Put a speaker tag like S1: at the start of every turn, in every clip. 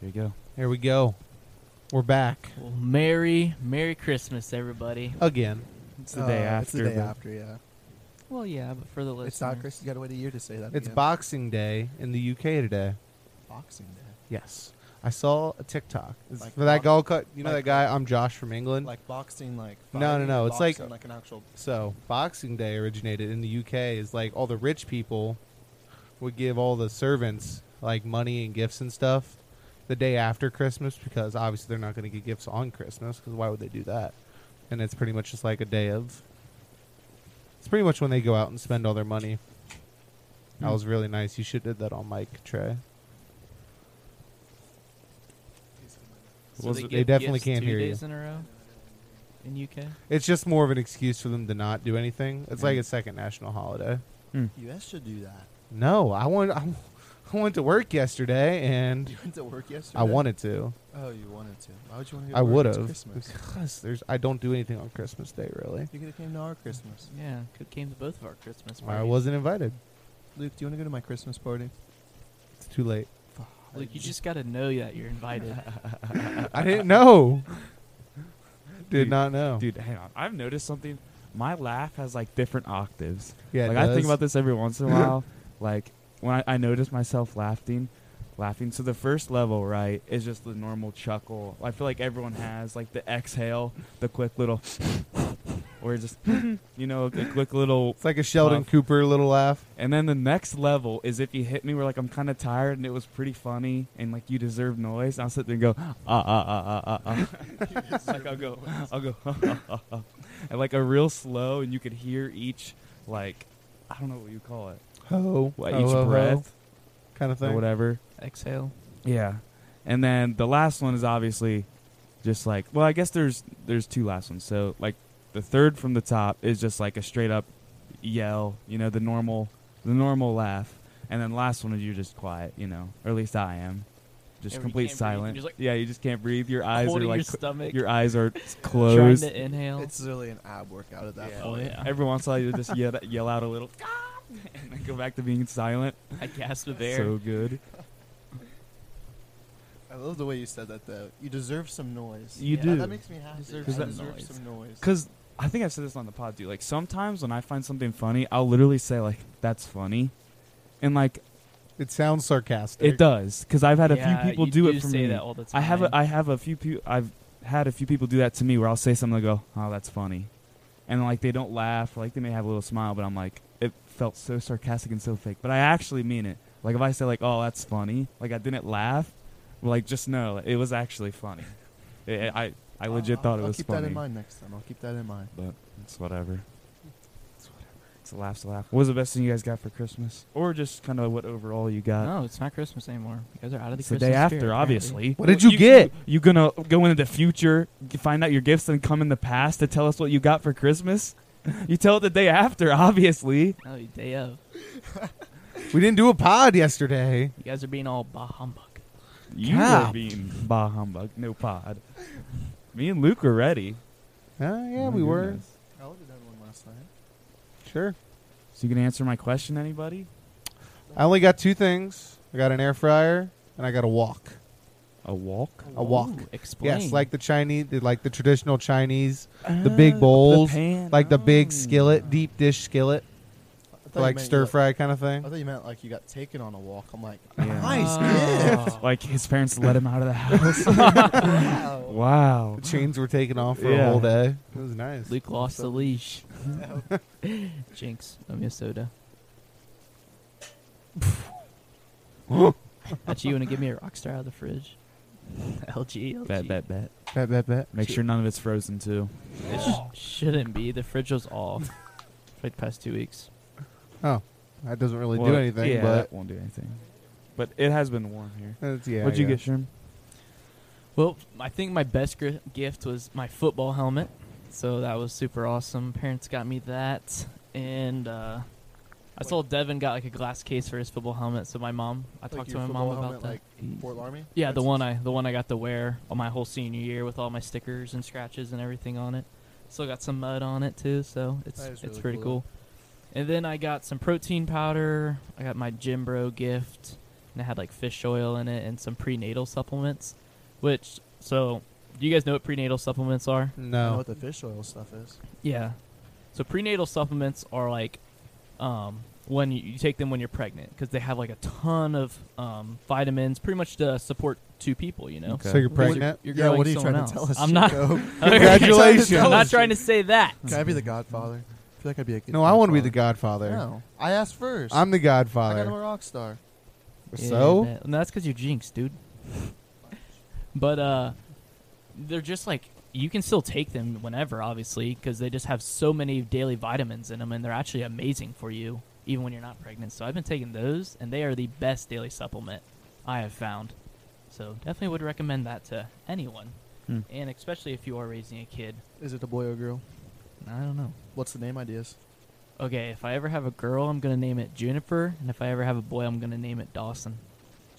S1: we go.
S2: Here we go. We're back
S3: Well, Merry, Merry Christmas, everybody.
S2: again.
S3: It's
S1: the day
S4: Uh, It's the
S1: after,
S4: day
S1: but-
S4: after, yeah.
S3: Well, yeah, but for the listeners.
S4: It's not Chris. You got to wait a year to say that.
S2: It's
S4: again.
S2: Boxing Day in the UK today.
S4: Boxing Day.
S2: Yes. I saw a TikTok. It's
S4: Like
S2: for that
S4: box-
S2: goal cut, you know
S4: like-
S2: that guy, I'm Josh from England.
S4: Like boxing, like
S2: No, no,
S4: fighting,
S2: no, it's like-
S4: boxing, like an actual.
S2: so, Boxing Day originated in the UK is like all the rich people would give all the servants like money and gifts and stuff the day after Christmas because obviously they're not going to get gifts on Christmas because why would they do that? And it's pretty much just like a day of. It's pretty much when they go out and spend all their money. That
S3: Hmm.
S2: was really nice. You should have did that on Mike Trey.
S3: So
S2: Was it- they
S3: give
S2: definitely
S3: gifts
S2: can't
S3: two
S2: hear you.
S3: days in a row in UK.
S2: It's just more of an excuse for them to not do anything. It's like
S3: Yeah.
S2: a second national holiday.
S4: U.S. should do that.
S2: No, I went. I went to work yesterday, and
S4: You went to work yesterday.
S2: I wanted to.
S4: Oh, you wanted to. Why would you want to? Go
S2: I
S4: to work?
S2: would
S4: It's
S2: have
S4: Christmas.
S2: because there's. I don't do anything on Christmas Day really.
S4: You could have came to our Christmas.
S3: Yeah, could came to both of our Christmas parties.
S2: I wasn't invited.
S4: Luke, do you want to go to my Christmas party?
S2: It's too late.
S3: Look, you just got to know that you're invited.
S2: I didn't know. Did
S1: Dude,
S2: not know.
S1: Dude, hang on. I've noticed something. My laugh has like different octaves.
S2: yeah, it
S1: like I think
S2: does.
S1: about this every once in a while. like when I, I notice myself laughing, laughing. So the first level, right, is just the normal chuckle. I feel like everyone has like the exhale, the quick little, or just you know the quick little.
S2: It's like a Sheldon
S1: Love.
S2: Cooper little laugh.
S1: And then the next level is if you hit me where like I'm kind of tired and it was pretty funny and like you deserve noise. And I'll sit there and go ah ah ah ah ah. ah. like I'll go I'll go ah, ah, ah, ah. and like a real slow and you could hear each like I don't know what you call it
S2: Ho,
S1: what,
S2: ho,
S1: each
S2: ho, ho,
S1: breath
S2: kind of
S1: or
S2: thing.
S1: whatever.
S3: Exhale.
S1: Yeah, and then the last one is obviously just like well, I guess there's there's two last ones. So like the third from the top is just like a straight up yell, you know, the normal the normal laugh, and then last one is you're just quiet, you know, or at least I am, just
S3: Yeah, where you
S1: complete
S3: can't breathe, you're
S1: silent.
S3: just like-
S1: yeah, you just can't breathe. Your eyes are
S3: Holding your
S1: like
S3: stomach.
S1: your eyes are
S3: trying
S1: closed.
S3: to inhale.
S4: It's really an ab workout at that
S3: Yeah.
S4: point.
S3: Oh, yeah.
S1: Every once in a while, you just yell, yell out a little, and then go back to being silent.
S3: I gasp of air.
S1: So good.
S4: I love the way you said that though. You deserve some noise.
S1: You
S4: That-
S1: do.
S4: That makes me happy.
S3: Deserve
S4: I
S1: some
S4: deserve
S3: noise.
S4: some noise.
S1: Because I think I've said this on the pod too. Like sometimes when I find something funny, I'll literally say like, "That's funny," and like
S2: It sounds sarcastic.
S1: it does. Because I've had a
S3: Yeah,
S1: few people
S3: you
S1: do
S3: do
S1: it for
S3: say
S1: me.
S3: That all the time.
S1: I have a, I have a few people. I've had a few people do that to me where I'll say something and go, "Oh, that's funny," and like they don't laugh. Or, like they may have a little smile, but I'm like, it felt so sarcastic and so fake. But I actually mean it. Like if I say like, "Oh, that's funny," like I didn't laugh. Like just know it was actually funny. It, I I legit
S4: I'll-
S1: thought it
S4: I'll
S1: was
S4: keep
S1: funny.
S4: that in mind next time. I'll keep that in mind.
S1: But it's whatever. It's whatever. It's a laugh to laugh. What was the best thing you guys got for Christmas? Or just kind of what overall you got?
S3: No, it's not Christmas anymore. You guys are out of the
S1: uh, It's the
S3: Christmas
S1: day after,
S3: spirit, apparently.
S1: obviously.
S2: What did you get?
S1: You gonna go into the future, g- find out your gifts, and come in the past to tell us what you got for Christmas? You tell it the day after, obviously.
S3: No, you day of.
S2: We didn't do a pod yesterday.
S3: You guys are being all bah humbug.
S1: You
S2: Cap.
S1: were being bah humbug, no pod. Me and Luke were ready.
S2: Uh, yeah,
S1: Oh,
S2: we were.
S1: goodness.
S4: How old did everyone last night?
S2: Sure.
S1: So you can answer my question, anybody?
S2: I only got two things. I got an air fryer and I got a walk.
S1: A walk?
S2: A walk.
S3: Ooh, explain.
S2: Yes, like the Chinese, the, like the traditional Chinese, the big bowls, like the big
S1: Mm.
S2: skillet, deep dish skillet,
S4: I thought you
S2: like
S4: meant you
S2: stir
S4: got-
S2: fry kind of thing.
S4: I thought you meant like you got taken on a walk. I'm like,
S1: Yeah.
S4: nice
S3: Oh.
S4: gift.
S1: Like his parents let him out of the house.
S4: Wow.
S1: wow.
S2: The chains were taken off for a
S1: Yeah.
S2: whole day. It was nice.
S3: Luke lost the leash. Jinx, owe me a soda. Actually, you want to give me a rockstar out of the fridge? LG, LG.
S1: Bet, bet, bet.
S2: Bet, bet, bet.
S1: Make sure none of it's frozen too.
S3: It sh- shouldn't be. The fridge was off for the past two weeks.
S2: Oh, that doesn't really
S1: Well,
S2: do anything,
S1: yeah,
S2: but
S1: that won't do anything. But it has been warm here.
S2: it's, yeah.
S1: What'd you
S2: yeah.
S1: get, Sherm?
S3: Well, I think my best gri- gift was my football helmet. So that was super awesome. Parents got me that. And uh, I saw Devin got like a glass case for his football helmet. So my mom, I
S4: Like
S3: talked to
S4: your
S3: my mom
S4: football
S3: about
S4: helmet,
S3: that.
S4: like, Fort Laramie?
S3: yeah, the
S4: That's-
S3: one I the one I got to wear on my whole senior year with all my stickers and scratches and everything on it. Still got some mud on it too, so it's
S4: That
S3: it's
S4: is really
S3: pretty
S4: cool.
S3: cool. And then I got some protein powder. I got my Jim Bro gift. and it had like fish oil in it and some prenatal supplements. Which so do you guys know what prenatal supplements are?
S4: I know
S2: No.
S4: what the fish oil stuff is.
S3: Yeah. So prenatal supplements are like um, when you, you take them when you're pregnant because they have like a ton of um, vitamins, pretty much to support two people. You know.
S1: Okay.
S2: So you're
S3: Because you're-
S2: pregnant?
S3: You're,
S4: yeah,
S3: growing
S4: what are you trying
S3: someone
S4: to
S3: else.
S4: tell us?
S3: I'm not.
S4: Chico?
S2: Congratulations.
S3: I'm not
S4: Congratulations.
S3: trying to say that.
S4: Can I be the Godfather? I feel like I'd be a good.
S2: No, I want to be
S4: godfather.
S2: the Godfather.
S4: No, I asked first.
S2: I'm the
S4: I got him a
S2: Godfather.
S4: rock star.
S2: so
S3: Yeah, that- no, that's because you're jinxed, dude. but uh, they're just like you can still take them whenever, obviously, because they just have so many daily vitamins in them, and they're actually amazing for you even when you're not pregnant. So I've been taking those, and they are the best daily supplement I have found. So definitely would recommend that to anyone,
S1: Hmm.
S3: and especially if you are raising a kid.
S4: Is it a boy or girl?
S3: I don't know.
S4: What's the name ideas?
S3: Okay, if I ever have a girl, I'm gonna name it Juniper, and if I ever have a boy, I'm gonna name it Dawson.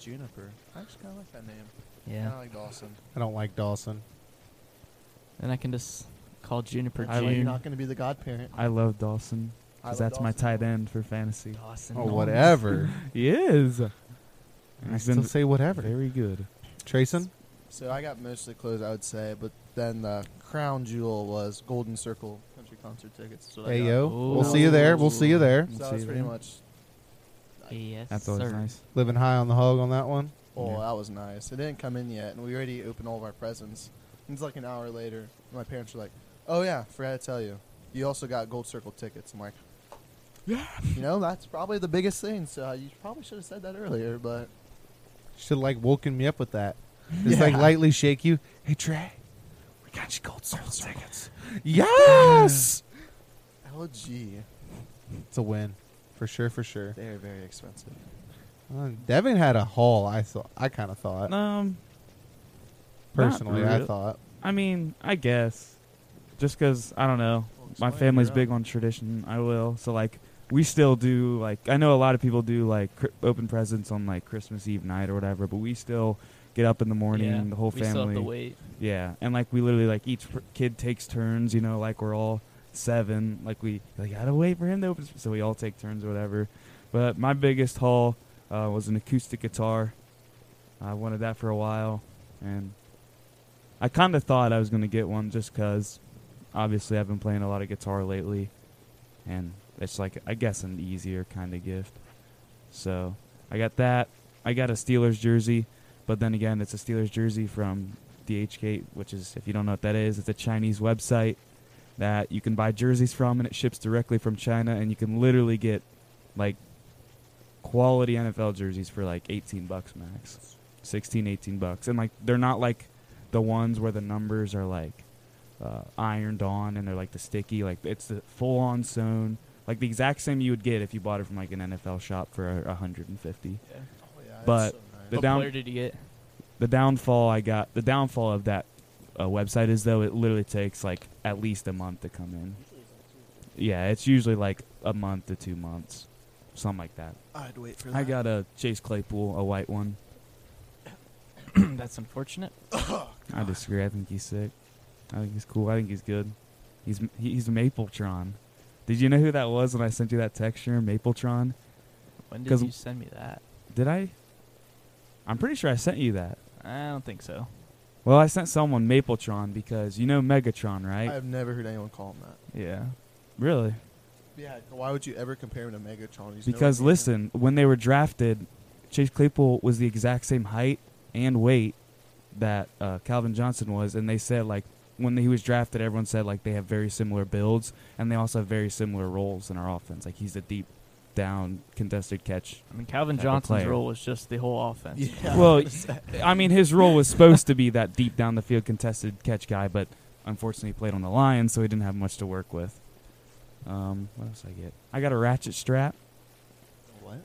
S4: Juniper. I actually kind of like that name.
S3: Yeah.
S4: I like Dawson.
S2: I don't like Dawson.
S3: And I can just call Juniper
S4: I like
S3: June.
S4: you're not going to be the godparent.
S1: I love Dawson
S4: I
S1: because
S4: love
S1: that's my
S4: Dawson.
S1: tight end for fantasy.
S3: Dawson.
S2: Or
S3: Norman.
S2: whatever.
S1: He is.
S2: I
S1: He's
S2: still
S1: been
S2: say whatever.
S1: very good.
S2: Trayson?
S4: So I got most of the clothes, I would say, but then the crown jewel was Golden Circle country concert tickets. That's what I
S2: Hey
S4: got.
S2: yo.
S3: Ooh.
S1: oh.
S2: We'll see you there. We'll see you there.
S1: Let's
S4: So
S1: see
S4: that's pretty
S1: then.
S4: much.
S3: Yes,
S1: That's always
S3: sir.
S1: nice.
S2: Living high on the hog on that one.
S4: Oh,
S1: Yeah.
S4: that was nice. It didn't come in yet, and we already opened all of our presents. And it's like an hour later. and my parents were like, "Oh yeah, forgot to tell you. You also got Gold Circle tickets." I'm like, "Yeah." You know, that's probably the biggest thing. So you probably should have said that earlier, but
S2: Should like woken me up with that. Just like
S4: Yeah.
S2: lightly shake you. Hey Trey, we got you gold circle tickets. Yes.
S4: LG,
S2: It's a win, for sure, for sure.
S4: they're very expensive.
S2: Uh, Devin had a haul. I thought. I kind of thought
S1: Um, not
S2: personally. I
S1: real-
S2: thought.
S1: I mean, I guess just because I don't know.
S4: Well,
S1: My
S4: explain your
S1: family's
S4: own.
S1: big on tradition. I will. So like, we still do like. I know a lot of people do like cri- open presents on like Christmas Eve night or whatever, but we still get up in the morning.
S3: Yeah,
S1: the whole
S3: we
S1: family.
S3: Still have to wait.
S1: Yeah, and like we literally like each per- kid takes turns. You know, like we're all seven. Like we like gotta wait for him to open, so we all take turns or whatever. But my biggest haul uh, was an acoustic guitar. I wanted that for a while, and I kind of thought I was gonna get one just 'cause obviously I've been playing a lot of guitar lately, and it's like I guess an easier kind of gift. So I got that. I got a Steelers jersey, but then again, it's a Steelers jersey from DHgate, which is if you don't know what that is, it's a Chinese website that you can buy jerseys from, and it ships directly from China, and you can literally get like quality NFL jerseys for like 18 bucks max, 16, 18 bucks, and like they're not like the ones where the numbers are like uh, ironed on and they're like the sticky, like it's the full on sewn. Like the exact same you would get if you bought it from like an NFL shop for a 150.
S3: Yeah.
S4: Oh, yeah, it's so
S1: But
S4: nice.
S1: the
S3: what
S1: down-
S3: player did you get?
S1: the downfall I got the downfall of that uh, website is though it literally takes like at least a month to come in. Yeah, it's usually like a month to two months, something like that.
S4: I'd wait for that.
S1: I got a Chase Claypool, a white one.
S3: That's unfortunate.
S1: I disagree. I think he's sick. I think he's cool. I think he's good. He's he's Mapletron. Did you know who that was when I sent you that texture, Mapletron?
S3: When
S1: 'Cause-
S3: did you send me that?
S1: Did I? I'm pretty sure I sent you that.
S3: I don't think so.
S1: Well, I sent someone Mapletron because you know Megatron, right?
S4: I've never heard anyone call him that.
S3: Yeah.
S1: really?
S4: Yeah, why would you ever compare him to Megatron? He's nowhere
S1: Because
S4: near him.
S1: listen, when they were drafted, Chase Claypool was the exact same height and weight that uh, Calvin Johnson was, and they said like when he was drafted, everyone said like they have very similar builds and they also have very similar roles in our offense. Like he's the deep down contested catch.
S3: I mean, Calvin
S1: Type of
S3: Johnson's
S1: player.
S3: role was just the whole offense.
S4: Yeah.
S1: Well, I mean his role was supposed to be that deep down the field contested catch guy, but unfortunately he played on the Lions, so he didn't have much to work with. Um, what else did I get? I got a ratchet strap.
S4: what?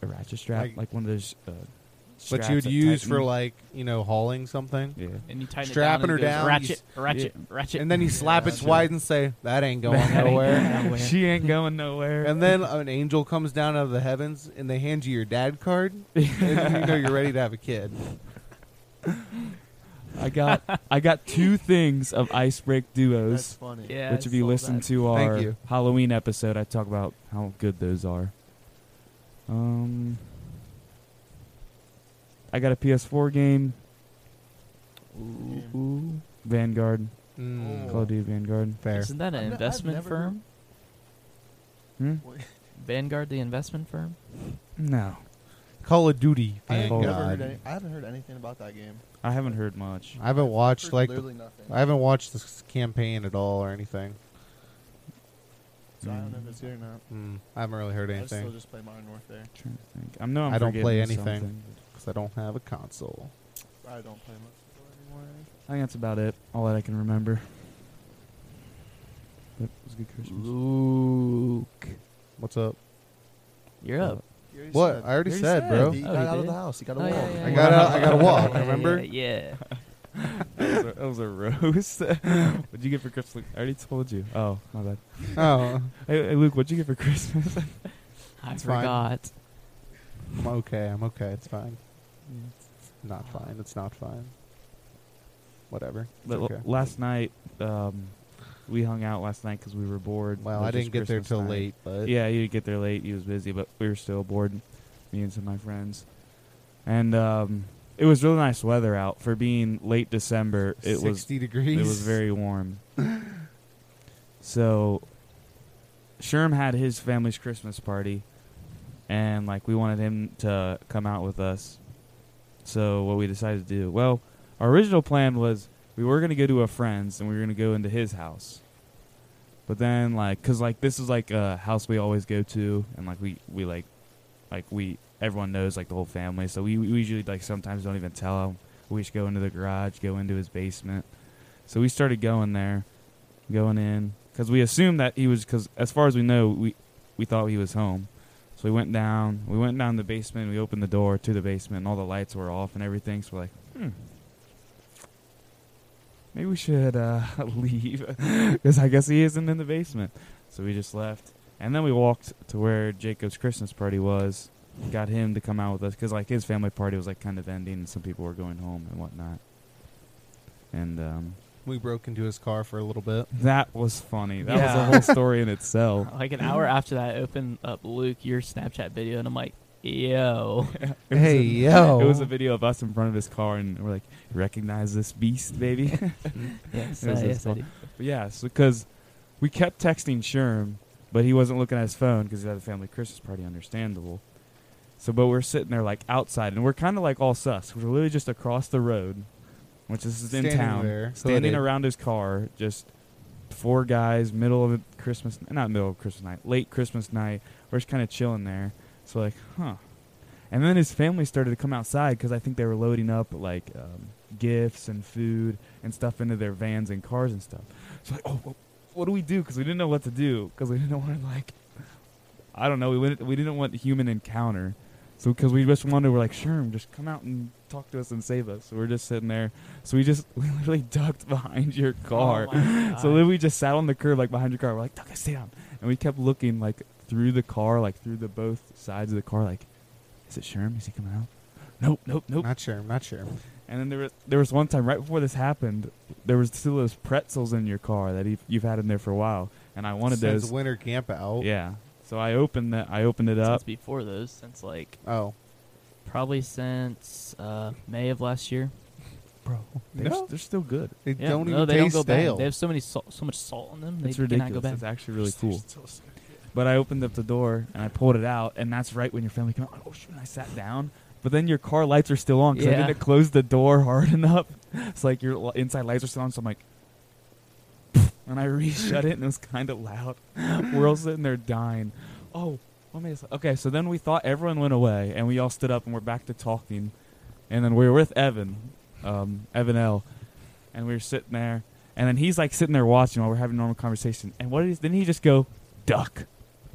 S1: a ratchet strap,
S2: Like-
S1: like, one of those. Uh,
S2: But
S1: straps
S2: you would
S1: that
S2: use
S1: tighten.
S2: for like you know hauling something,
S1: Yeah.
S3: And you tighten
S2: Strapping
S3: it
S2: her
S3: down.
S2: down,
S3: and it
S2: you
S3: goes, Ratchet, ratchet, ratchet.
S2: and then you slap it
S4: sure.
S2: wide and say that ain't going
S1: That ain't
S2: nowhere.
S3: Nowhere.
S1: She ain't going nowhere.
S2: And then an angel comes down out of the heavens and they hand you your dad card, and you know you're ready to have a kid.
S1: I got I got two things of Ice Break
S4: That's
S1: duos,
S4: funny.
S3: Yeah.
S1: which
S3: I
S1: if you
S3: saw
S1: listen
S3: that.
S1: to
S2: Thank
S1: our
S2: you.
S1: Halloween episode, I talk about how good those are. Um, I got a PS4 game.
S4: Game.
S1: Ooh. Vanguard.
S2: Mm,
S1: Call of Duty Vanguard.
S2: Fair.
S3: Isn't that an
S4: I've ne- I've
S3: investment
S4: never
S3: firm?
S1: Hmm?
S3: Vanguard, the investment firm.
S1: No.
S2: Call of Duty.
S4: I, ain't
S1: Vanguard.
S4: never heard
S2: Oh, God.
S4: any, I haven't heard anything about that game.
S1: I haven't heard much.
S2: I haven't watched
S4: Heard
S2: like the,
S4: literally nothing.
S2: I haven't watched this campaign at all or anything.
S4: so I don't know if it's good or not.
S1: Hmm.
S2: Mm, I haven't really heard
S4: I just still
S2: anything
S4: just play Modern Warfare.
S1: trying to think. I know I'm
S2: I don't
S1: forgetting
S2: play anything.
S1: something.
S2: because I don't have a console.
S4: I don't play much anymore.
S1: I think that's about it. All that I can remember. But it was a good Christmas.
S3: Luke,
S2: What's up?
S3: you're up.
S4: You already
S2: What?
S4: said.
S2: I already
S1: You already
S2: said,
S1: said.
S2: bro.
S4: He
S3: Oh,
S4: got
S3: you
S4: out of
S3: did?
S4: the house. He got a
S3: Oh,
S4: walk.
S3: yeah, yeah,
S2: I
S3: yeah.
S2: got out. I got to walk.
S3: Yeah,
S2: Remember?
S3: Yeah.
S1: that, was a, that was a roast. what'd you get for Christmas? I already told you. Oh, my bad.
S2: Oh,
S1: Hey, hey, Luke, what'd you get for Christmas?
S3: I
S2: It's fine.
S3: forgot.
S2: I'm okay. I'm okay. It's fine. It's not fine. It's not fine. Whatever. It's
S1: But l-
S2: okay.
S1: last night, um, we hung out last night because we were bored.
S2: Well,
S1: It was
S2: I
S1: just
S2: didn't get there
S1: Christmas
S2: till
S1: night.
S2: late, but
S1: Yeah, you did get there late. You was busy, but we were still bored. Me and some of my friends, and um, it was really nice weather out for being late December. It
S2: 60
S1: was
S2: degrees.
S1: it was very warm. so, Sherm had his family's Christmas party, and like we wanted him to come out with us. So what we decided to do, well, our original plan was we were gonna go to a friend's and we were gonna go into his house. But then like, cause like this is like a house we always go to, and like we we like, like we everyone knows like the whole family. So we, we usually like sometimes don't even tell him. We just go into the garage, go into his basement. So we started going there, going in, because we assumed that he was, because as far as we know, we we thought he was home. So we went down, we went down the basement, we opened the door to the basement, and all the lights were off and everything. So we're like, hmm, maybe we should uh, leave, because I guess he isn't in the basement. So we just left, and then we walked to where Jacob's Christmas party was. Got him to come out with us because like his family party was like kind of ending, and some people were going home and whatnot. And um,
S2: We broke into his car for a little bit.
S1: that was funny. That was
S3: Yeah.
S1: a whole story in itself.
S3: Like an hour after that, I opened up Luke your Snapchat video, and I'm like, "Yo,
S1: It was
S2: hey,
S1: a-
S2: yo.
S1: It was a video of us in front of his car, and we're like, "Recognize this beast, baby."
S3: yes,
S1: It
S3: uh, yes,
S1: was this
S3: I
S1: one.
S3: do.
S1: But yeah, because we kept texting Sherm, but he wasn't looking at his phone because he had a family Christmas party. Understandable. So, but we're sitting there like outside, and we're kind of like all sus. We're literally just across the road, which is in
S2: Standing
S1: town,
S2: there,
S1: standing
S2: hooded.
S1: around his car, just four guys, middle of Christmas, not middle of Christmas night, late Christmas night. We're just kind of chilling there. So like, huh. And then his family started to come outside because I think they were loading up like um, gifts and food and stuff into their vans and cars and stuff. So like, oh, wh- what do we do? Because we didn't know what to do because we didn't want to like, I don't know. We went, we didn't want human encounter. So because we just wanted, we're like, Sherm, just come out and talk to us and save us. So we're just sitting there. So we just we literally ducked behind your car.
S3: Oh my
S1: So
S3: God.
S1: then we just sat on the curb, like behind your car. We're like, Tucker, stay down. And we kept looking, like, through the car, like, through the both sides of the car, like, is it Sherm? Is he coming out? Nope, nope, nope.
S2: Not sure. I'm not sure.
S1: And then there was, there was one time right before this happened, there was still those pretzels in your car that he, you've had in there for a while. And I wanted
S2: Since
S1: those.
S2: winter camp out.
S1: Yeah. So I opened that. I opened it up.
S3: Since before those, since like
S2: Oh,
S3: probably since uh, May of last year.
S1: Bro, they're,
S2: No.
S1: s- they're still good.
S2: they
S3: Yeah,
S2: don't
S3: no,
S2: even
S3: they
S2: taste
S3: don't go
S2: stale.
S3: bad. They have so many salt, so much salt on them.
S1: It's
S3: they cannot go
S1: ridiculous.
S3: bad.
S1: It's actually really cool. But I opened up the door and I pulled it out, and that's right when your family came out. Oh shoot! And I sat down, but then your car lights are still on because I
S3: Yeah.
S1: didn't close the door hard enough. It's like your li- inside lights are still on, so I'm like, and I reshut it, and it was kind of loud. We're all sitting there dying. Oh, what made us? Okay, so then we thought everyone went away, and we all stood up, and we're back to talking, and then we were with Evan, um, Evan L, and we were sitting there, and then he's like sitting there watching while we're having a normal conversation, and what is? Then he just go duck,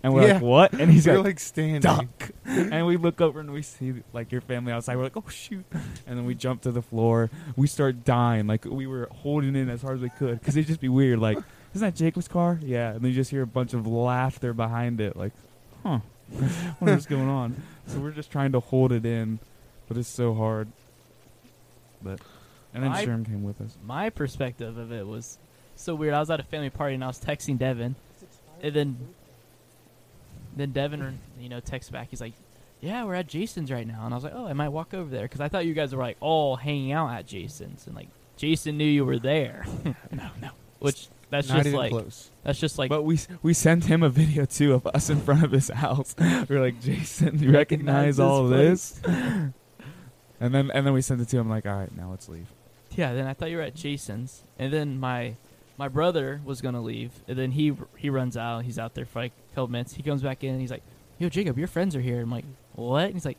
S1: and we're
S2: Yeah.
S1: like what? And he's
S2: They're
S1: like,
S2: like standing.
S1: duck. and we look over and we see like your family outside. We're like, oh shoot! And then we jump to the floor. We start dying. Like we were holding in as hard as we could because it'd just be weird. Like, isn't that Jacob's car? Yeah. And then you just hear a bunch of laughter behind it. Like, huh? What's going on? So we're just trying to hold it in, but it's so hard. But and then
S3: I-
S1: Sherm came with us.
S3: My perspective of it was so weird. I was at a family party and I was texting Devin, and then then Devin, you know, texts back. He's like, yeah, we're at Jason's right now. And I was like, oh, I might walk over there because I thought you guys were like all hanging out at Jason's and like Jason knew you were there.
S1: No, no.
S3: Which that's
S2: Not
S3: just
S2: even
S3: like
S2: close.
S3: that's just like
S1: but we we sent him a video too of us in front of his house. We're like, Jason, you
S3: Recognize
S1: recognize all
S3: this
S1: this? and then and then we sent it to him. Like, all right, now let's leave.
S3: yeah. Then I thought you were at Jason's, and then my my brother was gonna leave, and then he he runs out. He's out there for like a couple minutes. He comes back in, and he's like, "Yo, Jacob, your friends are here." I'm like, "What?" And he's like,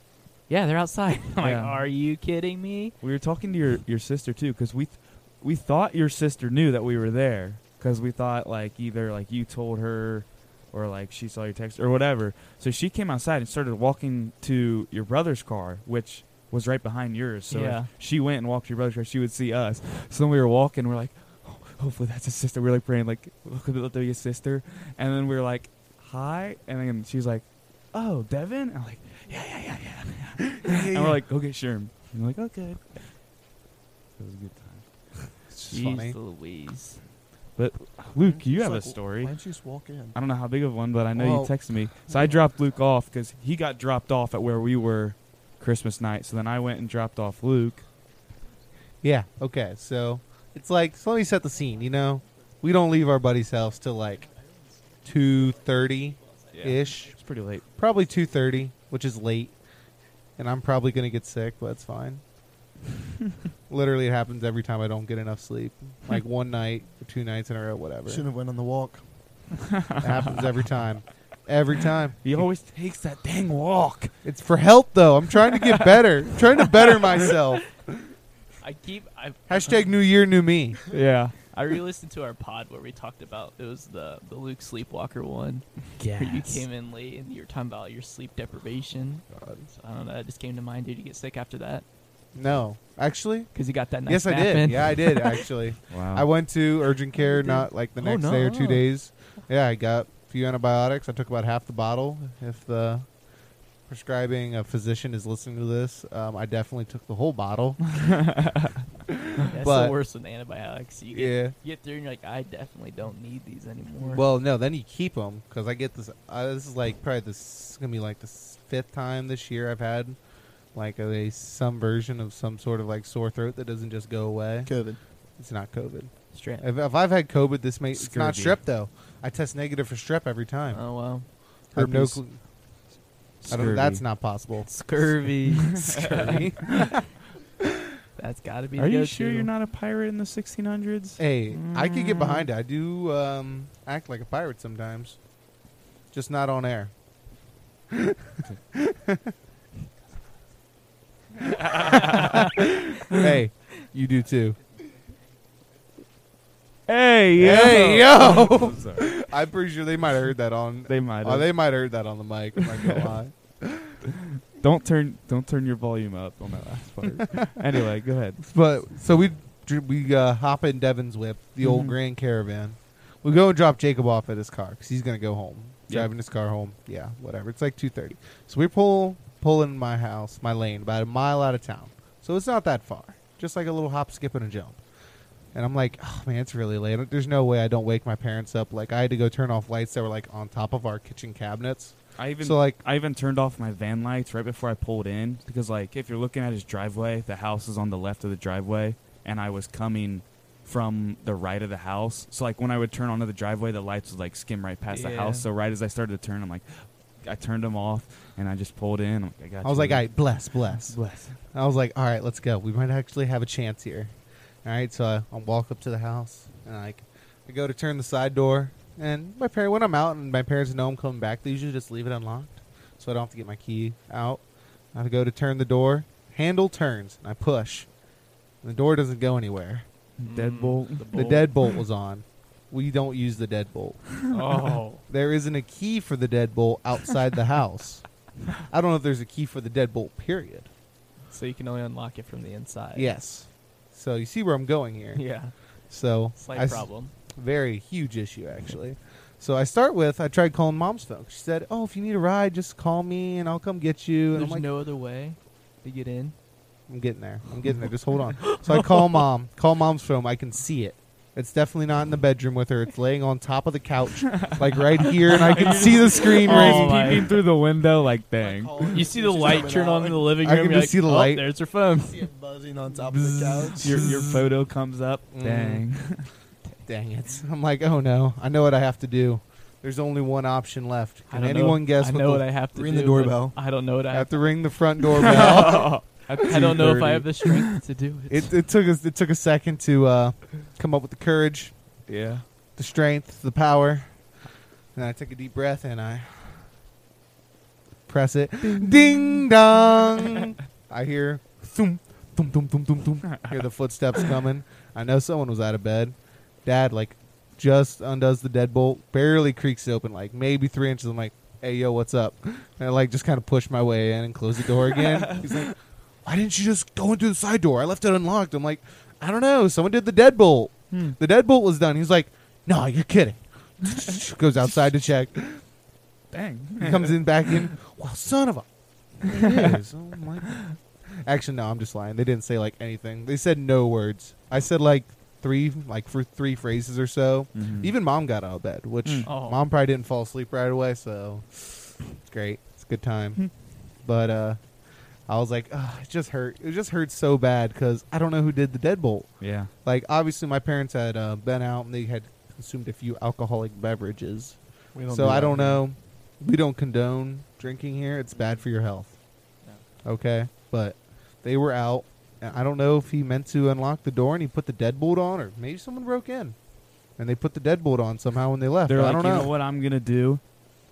S3: "Yeah, they're outside." I'm like,
S1: Yeah.
S3: "Are you kidding me?"
S1: We were talking to your your sister too, because we th- we thought your sister knew that we were there, because we thought like either like you told her, or like she saw your text or whatever. So she came outside and started walking to your brother's car, which was right behind yours. So if
S3: Yeah.
S1: she went and walked to your brother's car, she would see us. So then we were walking, we're like, "Oh, hopefully that's his sister. We are like praying like, could it be his sister? And then we were like, hi, and then she's like, oh, Devin. And I'm like, yeah, yeah, yeah, yeah. And we're like, go get Sherm. And we're like, okay. It was a good time.
S2: It's just
S3: Jeez
S2: funny.
S3: Louise.
S1: Luke, you have a
S4: Why
S1: story.
S4: don't you just walk in?
S1: I don't know how big of one, but I know
S4: Well-
S1: you texted me. So I dropped Luke off because he got dropped off at where we were Christmas night. So then I went and dropped off Luke.
S2: Yeah. Okay. So it's like so. Let me set the scene. You know, we don't leave our buddy's house till like two thirty ish,
S1: It's pretty late.
S2: probably two thirty, which is late, and I'm probably gonna get sick, but it's fine. Literally, it happens every time I don't get enough sleep, like one night or two nights in a row, whatever.
S4: Shouldn't have went on the walk.
S2: It happens every time. Every time.
S1: He always takes that dang walk.
S2: It's for health, though. I'm trying to get better. I'm trying to better myself.
S3: I keep I
S2: Hashtag New Year, New Me.
S1: Yeah.
S3: I re-listened to our pod where we talked about it was the the Luke Sleepwalker one where you came in late and you were talking about your sleep deprivation. So I don't know. It just came to mind. Did you get sick after that?
S2: No, actually,
S3: Because you got that nice
S2: yes, I
S3: nap
S2: did.
S3: in.
S2: Yeah, I did actually.
S1: Wow.
S2: I went to urgent care not like the
S3: Oh,
S2: next day or two
S3: no.
S2: days. Yeah, I got a few antibiotics. I took about half the bottle. If the prescribing a physician is listening to this, um, I definitely took the whole bottle.
S3: That's
S2: But-
S3: the worst with antibiotics. You get,
S2: yeah.
S3: you get through and you're like, I definitely don't need these anymore.
S2: Well, no, then you keep them because I get this. Uh, this is like probably this this is gonna be like the s- fifth time this year I've had like a some version of some sort of like sore throat that doesn't just go away.
S4: COVID.
S2: It's not COVID.
S3: straight.
S2: If, if I've had COVID, this may it's not
S1: Scurvy.
S2: strep though. I test negative for strep every time.
S3: Oh well,
S2: I have no
S1: herpes.
S2: clue. I don't, that's not possible.
S3: scurvy.
S2: Scurvy.
S3: That's got to be.
S1: Are
S3: the
S1: you
S3: go-to.
S1: sure you're not a pirate in the 1600s?
S2: hey, I could
S1: Mm.
S2: get behind it. I do um, act like a pirate sometimes, just not on air. hey, you do too.
S1: Hey, yo.
S2: Hey, yo.
S1: I'm sorry.
S2: I'm pretty sure they might have heard that on.
S1: They might.
S2: oh,
S1: have.
S2: they might have heard that on the mic. I'm not gonna lie.
S1: Don't turn don't turn your volume up on that last part. anyway, go ahead.
S2: But so we dr- we uh, hop in Devin's whip, the old
S1: Mhm.
S2: Grand Caravan. We go and drop Jacob off at his car because he's gonna go home,
S1: Yeah.
S2: driving his car home. Yeah, whatever. It's like two thirty. So we pull pull in my house, my lane, about a mile out of town. So it's not that far, just like a little hop, skip, and a jump. And I'm like, oh man, it's really late. There's no way I don't wake my parents up. Like I had to go turn off lights that were like on top of our kitchen cabinets.
S1: I even
S2: so like,
S1: I even turned off my van lights right before I pulled in because like if you're looking at his driveway, the house is on the left of the driveway and I was coming from the right of the house. So like when I would turn onto the driveway, the lights would like skim right past the
S3: Yeah.
S1: house. So right as I started to turn, I'm like I turned them off and I just pulled in. I'm like, I got
S2: I was
S1: you.
S2: like, all right, bless, bless.
S1: bless.
S2: I was like, all right, let's go. We might actually have a chance here. All right, so I, I walk up to the house and I, I go to turn the side door. And my parents, when I'm out and my parents know I'm coming back, they usually just leave it unlocked so I don't have to get my key out. I go to turn the door, handle turns, and I push. And the door doesn't go anywhere.
S4: Mm,
S1: Deadbolt.
S2: The deadbolt was on. We don't use the deadbolt.
S3: Oh,
S2: There isn't a key for the deadbolt outside the house. I don't know if there's a key for the deadbolt, period.
S3: so you can only unlock it from the inside.
S2: Yes. So you see where I'm going here.
S3: Yeah.
S2: So
S3: Slight
S2: I s-
S3: problem.
S2: very huge issue actually. So I start with I tried calling mom's phone. She said, "Oh, if you need a ride, just call me and I'll come get you." And
S3: There's
S2: I'm like,
S3: no other way to get in.
S2: "I'm getting there. I'm getting there. Just hold on." So I call mom. Call mom's phone. I can see it. It's definitely not in the bedroom with her. It's laying on top of the couch, like right here, and I can see the screen
S3: Oh
S2: ring.
S1: Just
S3: my-
S1: peeking through the window, like dang.
S3: You see the light turn on in the living
S2: I
S3: room.
S2: can
S3: you're
S2: just
S3: like,
S2: see the
S3: "Oh,
S2: light."
S3: There's her phone.
S4: See it buzzing on top of the couch.
S1: your your photo comes up,
S2: Mm.
S1: dang.
S2: Dang it! I'm like, oh no! I know what I have to do. There's only one option left.
S3: I
S2: Can
S3: don't know-
S2: anyone guess
S3: I
S2: what
S3: know
S2: the
S3: what I have to
S4: Ring
S3: do,
S4: the doorbell.
S3: but I don't know what I
S2: I
S3: have.
S2: have to ring the front doorbell.
S3: I don't know if I
S2: 2:30.
S3: have the strength to do it.
S2: it, it took us. It took a second to uh, come up with the courage,
S1: yeah.
S2: the strength, the power. And I took a deep breath and I press it. Ding, dong. I hear thum thum thum thum thum thum. hear the footsteps coming. I know someone was out of bed. Dad like just undoes the deadbolt, barely creaks it open, like maybe three inches. I'm like, hey yo, what's up? And I like just kind of push my way in and close the door again. He's like, why didn't you just go in through the side door? I left it unlocked. I'm like, I don't know. Someone did the deadbolt.
S3: Hmm.
S2: The deadbolt was done. He's like, no, you're kidding. Goes outside to check.
S1: Dang.
S2: He comes in back in. Well, son of a. It is. Oh my- Actually, no, I'm just lying. They didn't say like anything. They said no words. I said like three, like for three phrases or so.
S1: Mhm.
S2: Even mom got out of bed, which
S1: Mm.
S3: Oh.
S2: mom probably didn't fall asleep right away. So it's great. It's a good time. but uh, I was like, "Ugh, it just hurt. It just hurt so bad because I don't know who did the deadbolt.
S1: Yeah.
S2: Like obviously, my parents had uh, been out and they had consumed a few alcoholic beverages.
S4: We don't
S2: so
S4: do
S2: I
S4: that
S2: don't
S4: here.
S2: know. We don't condone drinking here. It's bad for your health. Okay, but they were out. and I don't know if he meant to unlock the door and he put the deadbolt on, or maybe someone broke in, and they put the deadbolt on somehow when they left.
S1: They're
S2: I
S1: like,
S2: don't
S1: you
S2: know.
S1: know what I'm gonna do?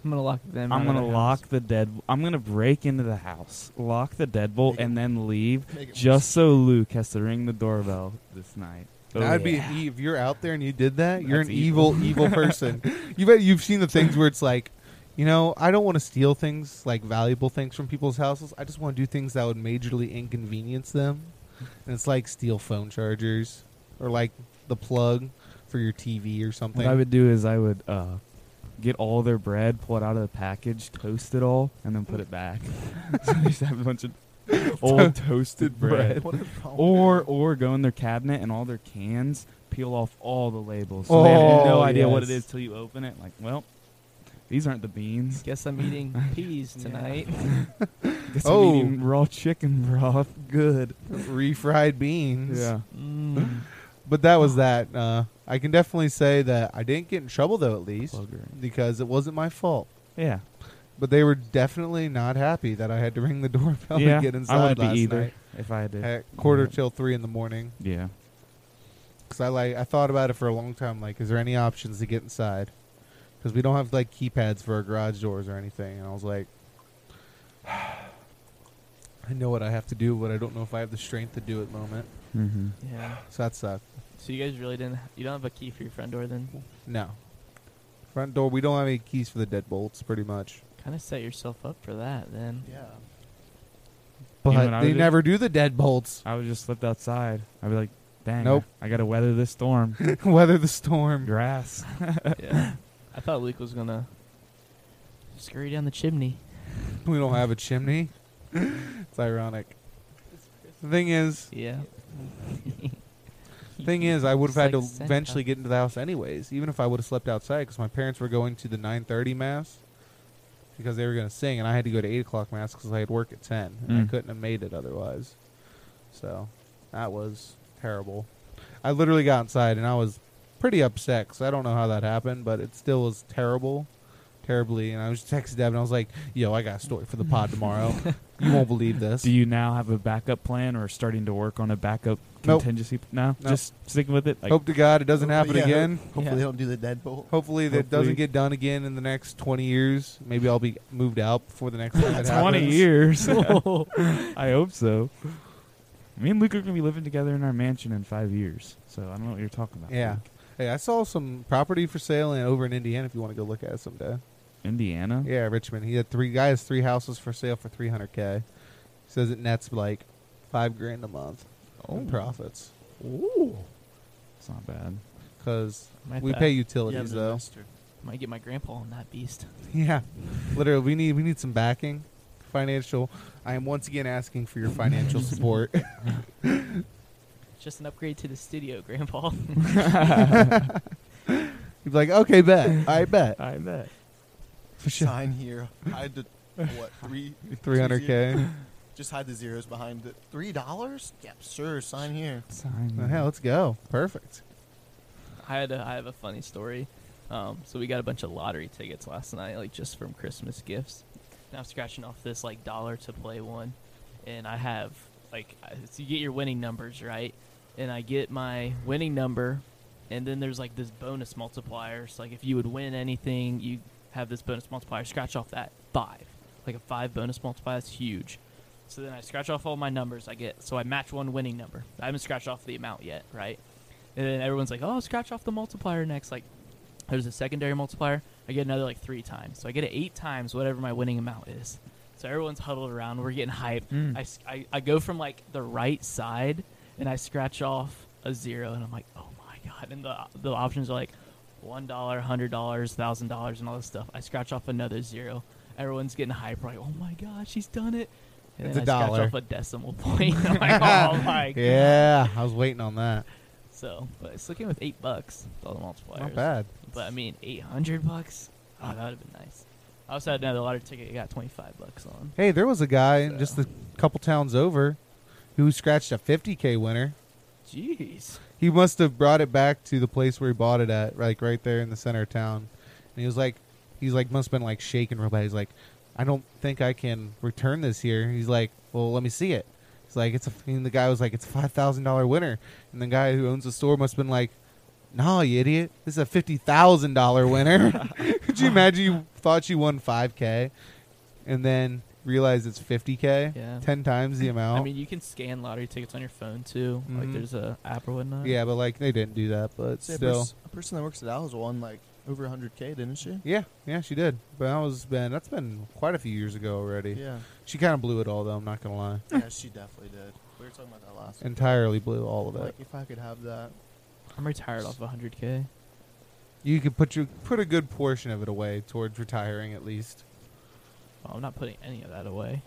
S3: I'm gonna lock them. out
S1: I'm
S3: of
S1: gonna
S3: the
S1: lock
S3: house.
S1: the dead. I'm gonna break into the house, lock the deadbolt,
S4: Make it-
S1: and then leave,
S4: Make it
S1: just so Luke has to ring the doorball this night. Oh,
S2: That'd be
S1: yeah.
S2: an e- if you're out there and you did that, you're
S1: That's
S2: an evil, evil person. You bet you've seen the things where it's like, you know, I don't want to steal things like valuable things from people's houses. I just want to do things that would majorly inconvenience them. And it's like steal phone chargers or like the plug for your TV or something.
S1: What I would do is I would uh, get all their bread, pull it out of the package, toast it all, and then put it back. so they just have a bunch of old toasted bread.
S4: What a problem.
S1: Or or go in their cabinet and all their cans, peel off all the labels. So they have no
S2: Oh,
S1: idea what it
S2: yes.
S1: is till you open it. Like, well, these aren't the beans.
S3: Guess I'm eating peas tonight.
S1: Guess I'm
S2: Oh.
S1: eating raw chicken broth. Good.
S2: refried beans.
S1: Yeah.
S3: Mm.
S2: But that was that. Uh, I can definitely say that I didn't get in trouble though, at least because it wasn't my fault.
S1: Yeah.
S2: But they were definitely not happy that I had to ring the doorbell
S1: yeah.
S2: to get
S1: I
S2: inside
S1: wouldn't
S2: last
S1: be either
S2: night
S1: if I did.
S2: at quarter till three in the morning.
S1: Yeah.
S2: Because I like I thought about it for a long time. Like, is there any options to get inside? Because we don't have like keypads for our garage doors or anything. And I was like, I know what I have to do, but I don't know if I have the strength to do it. Moment.
S1: Mm-hmm.
S3: Yeah.
S2: So uh, that sucked.
S3: So you guys really didn't. You don't have a key for your front door, then.
S2: No. Front door. We don't have any keys for the deadbolts, pretty much.
S3: Kind of set yourself up for that, then.
S4: Yeah.
S2: But
S1: know what I
S2: they
S1: would do?
S2: never do the deadbolts.
S1: I would just slipped outside. I'd be like, dang.
S2: Nope.
S1: I got to weather this storm.
S2: Weather the storm.
S1: Grass.
S3: yeah. I thought Luke was gonna scurry down the chimney.
S2: We don't have a chimney. it's ironic. The thing is,
S3: Yeah.
S2: thing is, I would have
S3: It's
S2: had to
S3: like Santa.
S2: eventually get into the house anyways, even if I would have slept outside, because my parents were going to the 9:30 mass because they were going to sing, and I had to go to 8 o'clock mass because I had work at 10, and I
S1: Mm.
S2: couldn't have made it otherwise. So that was terrible. I literally got inside, and I was pretty upset because I don't know how that happened, but it still was terrible. Terribly, and I was texting Deb, and I was like, "Yo, I got a story for the pod tomorrow. you won't believe this."
S1: Do you now have a backup plan or starting to work on a backup
S2: Nope.
S1: contingency? No?
S2: Nope.
S1: Just sticking with it? Like,
S2: Hope to God it doesn't happen
S4: Hopefully- Oh, yeah,
S2: again.
S4: ho- Hopefully
S3: Yeah.
S4: they don't do the deadbolt.
S2: Hopefully that
S1: Hopefully.
S2: doesn't get done again in the next 20 years. Maybe I'll be moved out before the next time it
S1: 20
S2: happens.
S1: years. I hope so. Me and Luke are going to be living together in our mansion in five years. So I don't know what you're talking about.
S2: Yeah.
S1: Luke.
S2: Hey, I saw some property for sale in, over in Indiana if you want to go look at it someday.
S1: Indiana?
S2: Yeah, Richmond. He had three guys, three houses for sale for 300K. He says it nets like five grand a month in profits. Ooh.
S1: It's not bad.
S2: Because
S3: Might
S2: we
S3: that-
S2: pay
S4: You have
S2: utilities,
S4: an
S2: though.
S4: investor.
S3: Might get my grandpa on that beast.
S2: Yeah, literally, we need we need some backing, financial. I am once again asking for your financial support.
S3: just an upgrade to the studio, Grandpa.
S2: He's like, okay, bet. I bet.
S1: I bet.
S2: For sure.
S4: Sign here. Hide the what three?
S2: 300K.
S4: Just hide the zeros behind it. Three dollars? Yep, sure. Sign here.
S1: Sign
S2: Well, hell, let's go. Perfect.
S3: I had a, I have a funny story. Um, so we got a bunch of lottery tickets last night, like just from Christmas gifts. And I'm scratching off this like dollar to play one, and I have like I- so you get your winning numbers right, and I get my winning number, and then there's like this bonus multiplier. So like if you would win anything, you have this bonus multiplier. Scratch off that five, like a five bonus multiplier. That's huge. So then I scratch off all my numbers I get. So I match one winning number. I haven't scratched off the amount yet, right? And then everyone's like, oh, scratch off the multiplier next. Like, there's a secondary multiplier. I get another like three times. So I get it eight times, whatever my winning amount is. So everyone's huddled around. We're getting hyped.
S1: Mm.
S3: I s I I I, go from like the right side and I scratch off a zero. And I'm like, oh my God. And the, the options are like $1, $100, $1,000, and all this stuff. I scratch off another zero. Everyone's getting hyped. We're like, oh my God, she's done it. And
S2: It's
S3: then
S2: a
S3: I
S2: dollar.
S3: scratch off a decimal point. I'm like, oh my God.
S2: Yeah, I was waiting on that.
S3: So, but it's looking with eight bucks with all the multipliers.
S2: Not bad.
S3: But I mean, eight hundred bucks. Oh, that would have been nice. I also had another lottery ticket. I got twenty five bucks on.
S2: Hey, there was a guy
S3: So.
S2: just a couple towns over who scratched a 50K winner.
S3: Jeez.
S2: He must have brought it back to the place where he bought it at, like right there in the center of town. And he was like, he's like, must have been like shaking real bad. He's like, I don't think I can return this here. He's like, well, let me see it. He's like, it's a, and the guy was like, it's a $5,000 winner. And the guy who owns the store must have been like, nah, you idiot. This is a $50,000 winner. Could you imagine you thought you won 5K and then realize it's 50K?
S3: Yeah.
S2: 10 times the amount.
S3: I mean, you can scan lottery tickets on your phone too. Like
S2: Mhm.
S3: there's a app or whatnot.
S2: yeah, but like they didn't do that, but
S4: Say a,
S2: still.
S4: pers- a person that works at Al's won like over 100k, didn't she?
S2: Yeah, yeah, she did. But that was been that's been quite a few years ago already.
S4: Yeah.
S2: She kind of blew it all though. I'm not gonna lie,
S4: Yeah, she definitely did. We were talking about that last.
S2: entirely blew all of it.
S4: Like if I could have that.
S3: I'm retired off hundred k.
S2: You could put your put a good portion of it away towards retiring at least.
S3: Well, I'm not putting any of that away.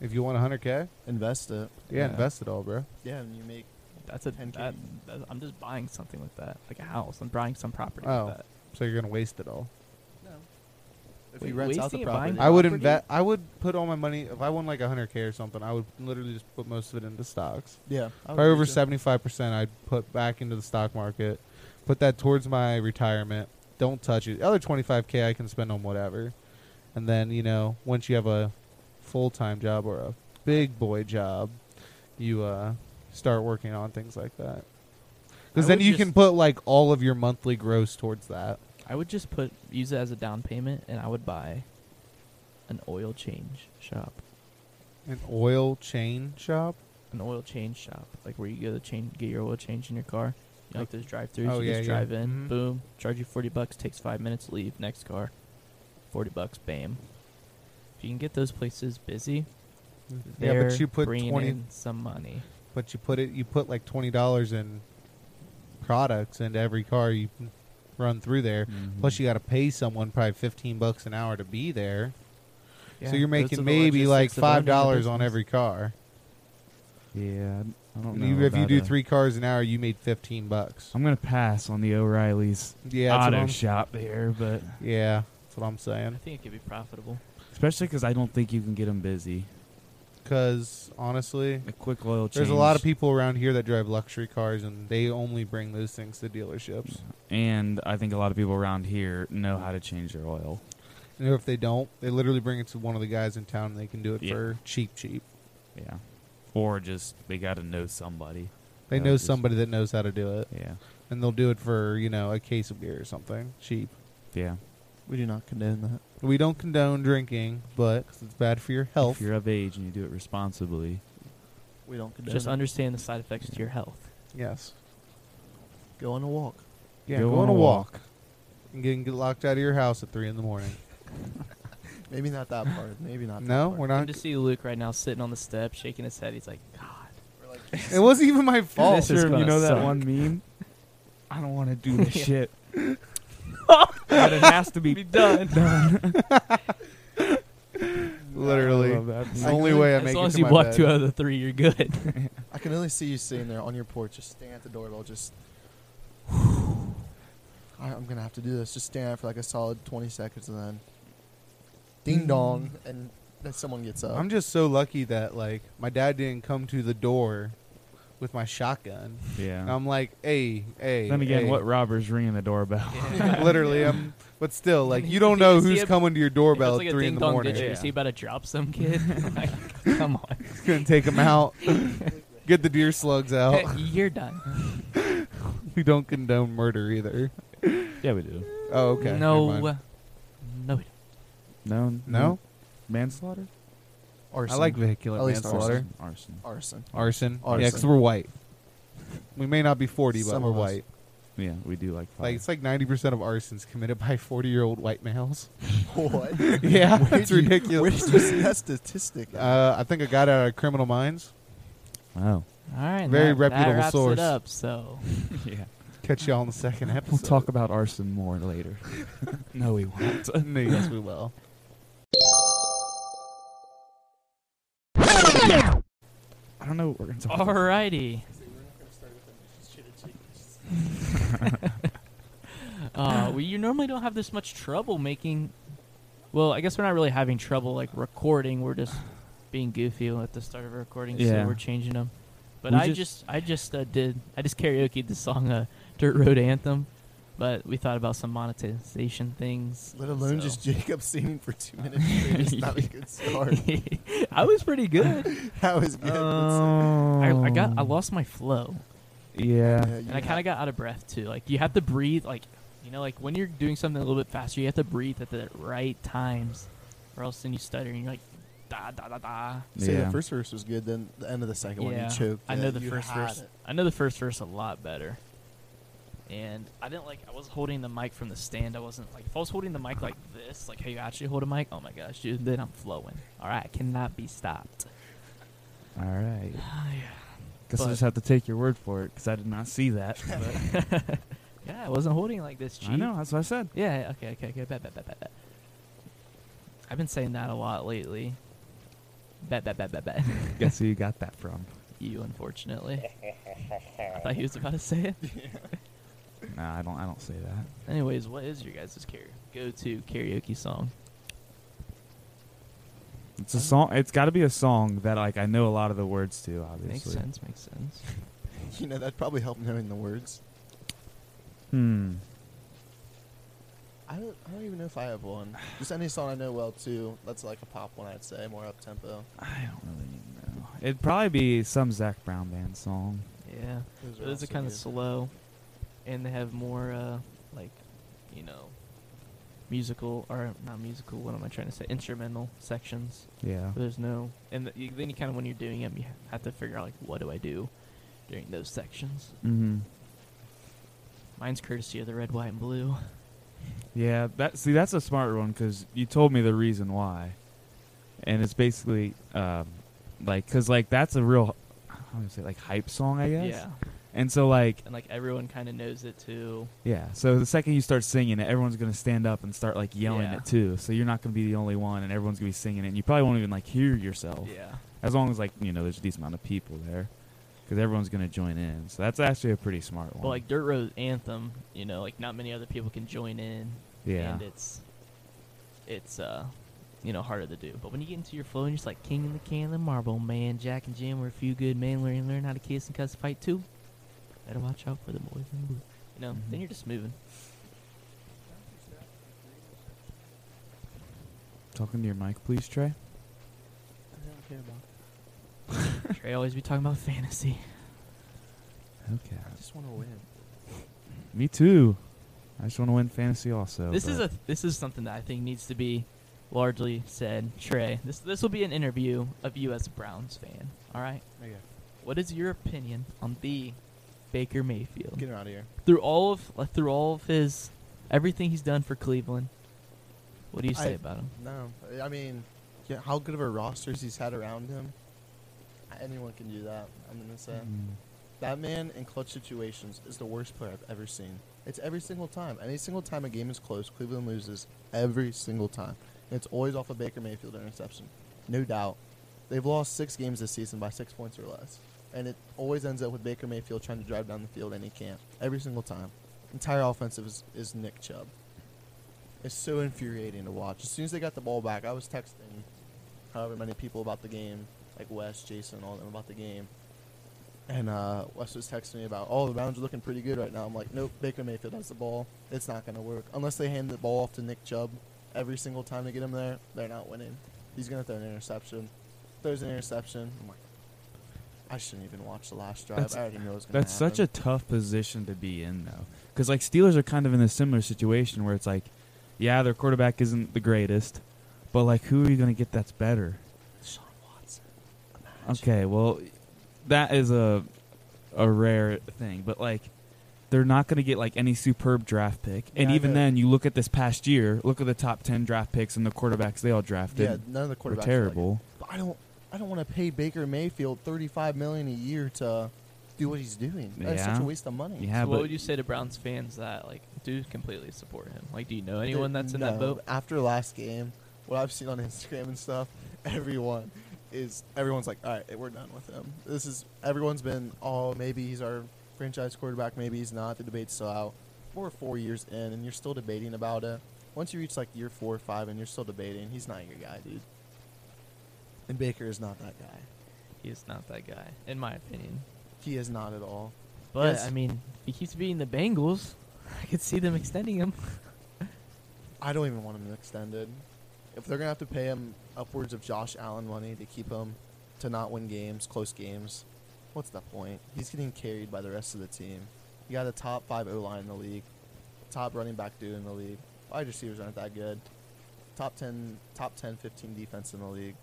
S2: If you want 100k, yeah,
S4: Invest it.
S3: Yeah.
S2: invest it all, bro.
S4: Yeah, and you make.
S3: That's a.
S4: 10K.
S3: That, that, I'm just buying something with that, like a house. I'm buying some property
S2: Oh.
S3: with that.
S2: So you're gonna waste it all.
S4: No. If
S3: Wait,
S4: you rent out
S3: wasting
S4: the
S3: it buying
S4: property,
S2: I would
S3: Property?
S2: invest. I would put all my money if I won like 100k or something. I would literally just put most of it into stocks.
S4: yeah, I would
S2: Probably
S4: do
S2: over
S4: too.
S2: 75 percent, I'd put back into the stock market. Put that towards my retirement. Don't touch it. The other 25k I can spend on whatever. And then you know, once you have a full time job or a big boy job, you uh, start working on things like that. Because
S3: I
S2: then
S3: would
S2: you
S3: just-
S2: can put like all of your monthly gross towards that.
S3: I would just put use it as a down payment, and I would buy an oil change shop.
S2: An oil chain shop.
S3: an oil change shop, like where you go to change, get your oil change in your car. You know, like those drive-throughs,
S2: Oh,
S3: you just
S2: yeah, yeah.
S3: drive in,
S2: Mhm.
S3: boom, charge you forty bucks, takes five minutes, leave, next car, forty bucks, bam. If you can get those places busy,
S2: yeah,
S3: they're
S2: but you put
S3: bringing
S2: 20
S3: in some money.
S2: But you put it, you put like twenty dollars in products into every car you run through there.
S1: Mm-hmm.
S2: Plus, you got to pay someone probably fifteen bucks an hour to be there. so you're making maybe like five dollars on every car.
S1: Yeah, I don't
S2: And
S1: know.
S2: you, if you
S1: about
S2: do
S1: a-
S2: three cars an hour, you made fifteen bucks.
S1: I'm gonna pass on the O'Reilly's
S2: Yeah, that's what
S1: auto
S2: I'm-
S1: shop there, but
S2: yeah, that's what I'm
S3: I
S2: saying.
S3: think it could be profitable.
S1: especially because I don't think you can get them busy.
S2: Because honestly,
S1: A quick oil change.
S2: there's a lot of people around here that drive luxury cars, and they only bring those things to
S1: Mm.
S2: dealerships.
S1: and I think a lot of people around here know how to change their oil.
S2: And if they don't, they literally bring it to one of the guys in town, and they can do it
S1: Yeah.
S2: for cheap, cheap.
S1: Yeah, or just they got to know somebody.
S2: They
S1: Yeah,
S2: know
S1: just-
S2: somebody that knows how to do it,
S1: Yeah,
S2: and they'll do it for you know a case of beer or something cheap.
S1: yeah.
S4: we do not condone that.
S2: We don't condone drinking, but 'cause it's bad for your health.
S1: If you're of age and you do it responsibly,
S4: We don't condone.
S3: Just
S4: it.
S3: understand the side effects to your health.
S2: yes,
S4: Go on a walk.
S2: yeah,
S1: Go
S2: go,
S1: on
S2: on
S1: a
S2: a walk, and get, get locked out of your house at three in the morning.
S4: Maybe not that part. Maybe not.
S2: no,
S4: that part.
S2: we're
S3: I'm
S2: not.
S3: just see Luke right now sitting on the step, shaking his head. He's like, God.
S4: We're like,
S2: It wasn't even my fault.
S3: This is
S1: Sure, you
S3: gonna
S1: know that
S3: suck.
S1: one meme. I don't want to do this
S3: Yeah.
S1: shit, but it has to be, done.
S2: Literally,
S1: I love that.
S2: it's the only way I
S3: as
S2: make
S3: long
S2: it
S3: as
S2: to
S3: you
S2: my
S3: block
S2: bed.
S3: two out of the three, you're good.
S4: I I can really see you sitting there on your porch, just staring at the doorbell, just. I, I'm gonna have to do this. Just stand for like a solid 20 seconds, and then, ding dong, and then someone gets up.
S2: Mm. I'm just so lucky that like my dad didn't come to the door with my shotgun.
S1: Yeah.
S2: I'm like, hey, Um, hey.
S1: then again,
S2: hey."
S1: what robber's ringing the doorbell?
S2: Literally, I'm. But still, like you don't know
S3: Is he
S2: who's
S3: a-
S2: coming to your doorbell
S3: It's
S2: at
S3: like
S2: three
S3: a
S2: in the
S3: ding-dong
S2: morning.
S3: ditcher.
S1: Yeah.
S3: Is he about to drop some kid? Like, come on.
S2: Gonna take him out. Get the deer slugs out.
S3: You're done.
S2: we don't condone murder either.
S1: yeah, we do.
S2: Oh, okay. never
S3: No. uh,
S2: mind.
S3: No. we don't.
S1: No.
S2: No.
S4: Mm-hmm.
S1: Manslaughter.
S4: Arson.
S2: I like vehicular
S4: At least
S2: manslaughter.
S1: Arson. Arson.
S4: arson.
S2: Arson. Yeah,
S4: Arson.
S2: because we're white. We may not be 40, but
S4: Some
S2: we're
S4: of us.
S2: white.
S1: Yeah, we do like. Fire.
S2: Like it's like 90% of arsons committed by 40-year-old white males.
S4: What?
S2: yeah,
S4: Where
S2: that's
S4: did you- Where
S2: ridiculous.
S4: did you see that statistic? at?
S2: Uh, I think I got it out of Criminal Minds.
S1: oh.
S3: All right. and
S2: Very
S3: that,
S2: reputable
S3: that wraps
S2: source.
S3: It up, so
S1: yeah.
S2: Catch y'all in the second episode.
S1: We'll talk about arson more later. no, we won't.
S2: no, yes, we will.
S1: I don't know what we're gonna talk. about.
S3: alrighty. uh, well, you normally don't have this much trouble making. Well, I guess we're not really having trouble like recording. We're just being goofy at the start of a recording,
S1: Yeah.
S3: so we're changing them. But
S1: We
S3: I
S1: just-
S3: just, I just uh, did, I just karaoke the song uh, "Dirt Road Anthem," but we thought about some monetization things.
S4: Let alone
S3: so-
S4: just Jacob singing for two minutes straight. It's not a good start.
S3: I was pretty good.
S4: That was good.
S3: Um, I, I got,
S1: Oh.
S3: I lost my flow.
S1: Yeah.
S4: you
S3: And I kind of got out of breath too. Like you have to breathe, like you know, like when you're doing something a little bit faster, you have to breathe at the right times, or else then you stutter and you're like, da da da da.
S4: Say
S1: yeah.
S4: the first verse was good, then the end of the second one
S3: Yeah,
S4: you choked.
S3: I
S4: Yeah,
S3: know the
S4: you
S3: first
S4: had
S3: verse.
S4: it.
S3: I know the first verse a lot better. And I didn't like. I was holding the mic from the stand. I wasn't like. If I was holding the mic like this, like how you actually hold a mic. Oh my gosh, dude! Then I'm flowing. All right, I cannot be stopped.
S1: All right. Guess I
S3: But-
S1: just have to take your word for it because I did not see that.
S3: yeah, I wasn't holding like this. Chief.
S1: I know. That's what I said.
S3: Yeah, okay, okay, okay. Bet, bet, bet, bet, bet. I've been saying that a lot lately. Bet, bet, bet, bet, bet.
S1: Guess who you got that from?
S3: you, unfortunately. I thought he was about to say it.
S1: Nah, I don't. I don't say that.
S3: Anyways, what is your guys' karaoke? go-to karaoke song?
S1: It's a song. It's got to be a song that like I know a lot of the words to. Obviously.
S3: Makes sense, makes sense.
S4: You know, that'd probably help knowing the words.
S1: Hmm.
S4: I don't, I don't even know if I have one. Just any song I know well, too. That's like a pop one, I'd say. More up tempo.
S1: I don't really know. It'd probably be some Zach Brown band song.
S3: Yeah. Those are kind of slow, and they have more, uh, like, you know, musical, or not musical, what am I trying to say? Instrumental sections.
S1: Yeah.
S3: There's no, and th- you, then you kind of when you're doing them, you have to figure out like what do I do during those sections.
S1: Mm-hmm.
S3: Mine's courtesy of the red, white, and blue.
S1: Yeah. That see, that's a smart one because you told me the reason why, and it's basically um, like because like that's a real, how do you say like hype song, I guess.
S3: Yeah,
S1: And so like
S3: and like everyone kind of knows it too.
S1: Yeah. So the second you start singing it, everyone's gonna stand up and start like yelling
S3: Yeah.
S1: it too. So you're not gonna be the only one, and everyone's gonna be singing it. And you probably won't even like hear yourself.
S3: Yeah,
S1: As long as like you know there's a decent amount of people there, because everyone's gonna join in. So that's actually a pretty smart one.
S3: but like Dirt Road Anthem, you know, like not many other people can join in,
S1: yeah,
S3: and it's it's uh you know harder to do. But when you get into your flow and you're just like King in the Can, the Marble Man, Jack and Jim were a few good men learn learn how to kiss and cuss and fight too. Better watch out for the boys in blue. You know,
S1: Mhm.
S3: then you're just moving.
S1: talking to your mic, please, Trey.
S3: Trey always be talking about fantasy.
S1: Okay.
S4: I just want to win.
S1: Me too. I just want to win fantasy also.
S3: this is
S1: but-
S3: a this is something that I think needs to be largely said. Trey, this this will be an interview of you as a Browns fan. All right,
S4: Okay.
S3: what is your opinion on the Baker Mayfield
S4: Get him out of here.
S3: through all of like, through all of his everything he's done for Cleveland? What do you say
S4: I-
S3: about him?
S4: No. I mean, yeah, how good of a rosters he's had around him? Anyone can do that, I'm going to say.
S1: Mm.
S4: That man in clutch situations is the worst player I've ever seen. It's every single time. Any single time a game is close, Cleveland loses every single time. And it's always off a Baker Mayfield interception. No doubt. They've lost six games this season by six points or less. and it always ends up with Baker Mayfield trying to drive down the field, and he can't every single time. Entire offensive is, is Nick Chubb. It's so infuriating to watch. As soon as they got the ball back, I was texting however many people about the game, like Wes, Jason, all of them about the game. And uh, Wes was texting me about, oh, the Browns are looking pretty good right now. I'm like, nope, Baker Mayfield has the ball. It's not going to work. Unless they hand the ball off to Nick Chubb every single time they get him there, they're not winning. He's going to throw an interception. Throws an interception. I'm like, I shouldn't even watch the last drive.
S1: That's-
S4: I already know it's going to
S1: That's such a tough position to be in, though, because like Steelers are kind of in a similar situation where it's like, yeah, their quarterback isn't the greatest, but like, who are you going to get that's better?
S4: Sean Watson.
S1: Okay, well, that is a a rare thing, but like, they're not going to get like any superb draft pick, and
S4: Yeah, I
S1: even
S4: know.
S1: then, you look at this past year, look at the top ten draft picks and the quarterbacks they all drafted
S4: Yeah, none of the quarterbacks
S1: were
S4: are like-
S1: terrible.
S4: But I don't I don't want to pay Baker Mayfield thirty five million a year to do what he's doing. That's such
S1: Yeah.
S4: a waste of money.
S1: yeah,
S3: So
S1: but
S3: what would you say to Browns fans that like do completely support him? Like, do you
S1: Uh,
S3: know anyone that's in that
S4: No,
S3: boat?
S4: After last game, what I've seen on Instagram and stuff, everyone is everyone's like, all right, we're done with him. This is everyone's been, oh, maybe he's our franchise quarterback, maybe he's not. The debate's still out. We're four years in, and you're still debating about it. Once you reach like year four or five, and you're still debating, he's not your guy, dude. And Baker is not that guy.
S3: He is not that guy, in my opinion.
S4: He is not at all.
S3: But
S4: Yes.
S3: I mean, if he keeps beating the Bengals, I could see them extending him.
S4: I don't even want him extended. If they're gonna have to pay him upwards of Josh Allen money to keep him to not win games, close games, what's the point? He's getting carried by the rest of the team. You got a top five O line in the league, top running back dude in the league. Wide receivers aren't that good. Top ten, top 10, 15 defense in the league.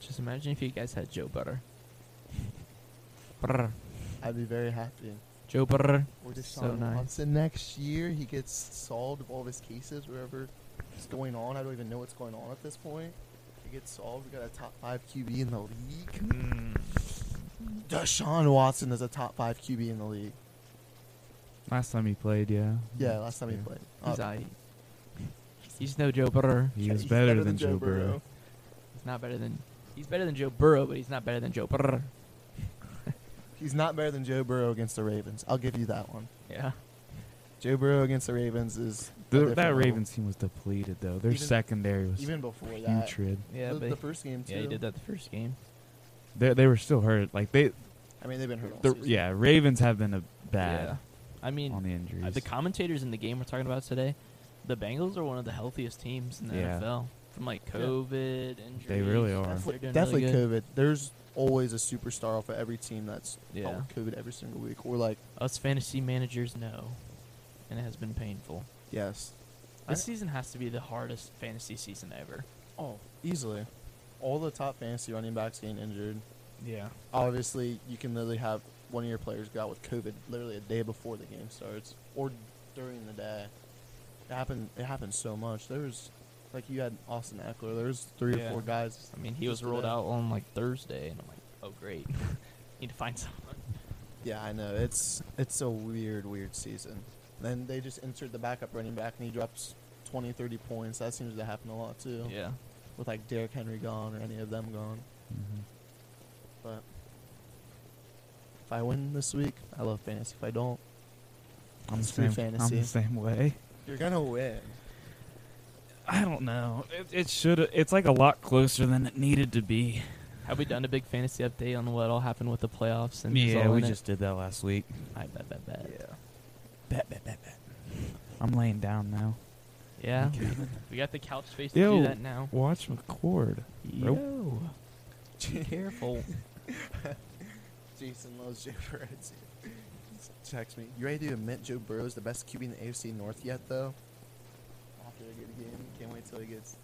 S3: Just imagine if you guys had Joe Butter.
S4: I'd be very happy.
S3: Joe Butter.
S4: Or Deshaun
S3: So nice.
S4: Watson next year, he gets solved of all of his cases, whatever is going on. I don't even know what's going on at this point. He gets solved. We got a top five QB in the league. Deshaun Watson is a top five QB in the league.
S1: last time he played, yeah,
S4: Yeah, last time
S1: Yeah.
S4: he played.
S3: Hmm. He's
S4: Uh,
S3: aight. He's no Joe Burrow.
S1: he
S4: yeah,
S1: was
S4: he's
S1: better, than, Joe Burrow.
S3: He's not better than. He's better than Joe Burrow, but he's not better than Joe Burrow.
S4: He's not better than Joe Burrow against the Ravens. I'll give you that one.
S3: Yeah.
S4: Joe Burrow against the Ravens is a
S1: The-
S4: different
S1: that
S4: level.
S1: Ravens team was depleted, though. Their
S4: Even-
S1: secondary was
S4: Even before that,
S1: putrid.
S3: Yeah,
S4: the,
S3: but
S4: the first game too.
S3: yeah, he did that the first game.
S1: They they were still hurt. Like they,
S4: I mean, they've been hurt all
S1: the,
S4: season.
S1: yeah, Ravens have been a bad
S3: I mean,
S1: on the
S3: Uh,
S1: injuries.
S3: the commentators in the game we're talking about today, the Bengals are one of the healthiest teams in the
S1: Yeah.
S3: NFL from like COVID injuries.
S1: They really are.
S3: They're doing
S4: Definitely
S3: really good.
S4: COVID. There's always a superstar off of every team that's
S3: Yeah.
S4: out with COVID every single week. Or like,
S3: Us fantasy managers know, and it has been painful.
S4: yes, I-
S3: This season has to be the hardest fantasy season ever.
S4: oh, easily, all the top fantasy running backs getting injured.
S3: Yeah.
S4: Obviously, you can literally have one of your players go out with COVID literally a day before the game starts or during the day. It happened. It happened so much. There was, like, you had Austin Eckler. There was three
S3: Yeah.
S4: or four guys.
S3: I mean, he was
S4: Just
S3: rolled
S4: today.
S3: out on like Thursday, and I'm like, oh great, need to find someone.
S4: Yeah, I know. It's it's a weird, weird season. Then they just insert the backup running back, and he drops 20, 30 points. That seems to happen a lot too.
S3: Yeah.
S4: With like Derrick Henry gone or any of them gone.
S1: Mhm.
S4: But if I win this week, I love fantasy. If I don't,
S1: I'm the
S4: Screw
S1: same. I'm
S4: fantasy.
S1: the same way.
S4: you're gonna win.
S1: I don't know. It, it should. It's like a lot closer than it needed to be.
S3: Have we done a big fantasy update on what all happened with the playoffs? And who's
S1: yeah,
S3: all
S1: we
S3: in it?
S1: just did that last week.
S3: I bet, bet, bet.
S1: Bet, bet, bet, bet. I'm laying down now.
S3: Yeah.
S1: Okay.
S3: we got the couch space to
S1: Yo.
S3: do that now.
S1: Watch McCord. Nope.
S3: Yo. Careful.
S4: Jason loves Joe Burrow. too. Just Text me. You ready to admit Joe Burrow's the best QB in the AFC North yet, though? After a good game, can't wait till he gets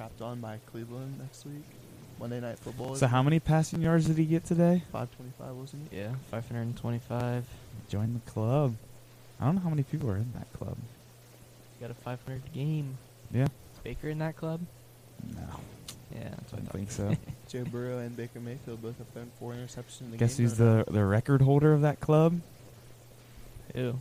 S4: crapped on by Cleveland next week. Monday Night Football.
S1: So how many passing yards did he get today?
S4: Five twenty-five wasn't it?
S3: Yeah, 525.
S1: Join the club. I don't know how many people are in that club.
S3: Got a 500 game.
S1: Yeah.
S3: Baker in that club?
S1: No,
S3: Yeah, that's
S1: I
S3: what I
S1: don't
S3: thought.
S1: think
S4: Joe
S1: so.
S4: Burrow and Baker Mayfield both have thrown four interceptions in the
S1: Guess
S4: game.
S1: who's the the record holder of that club?
S3: Ew.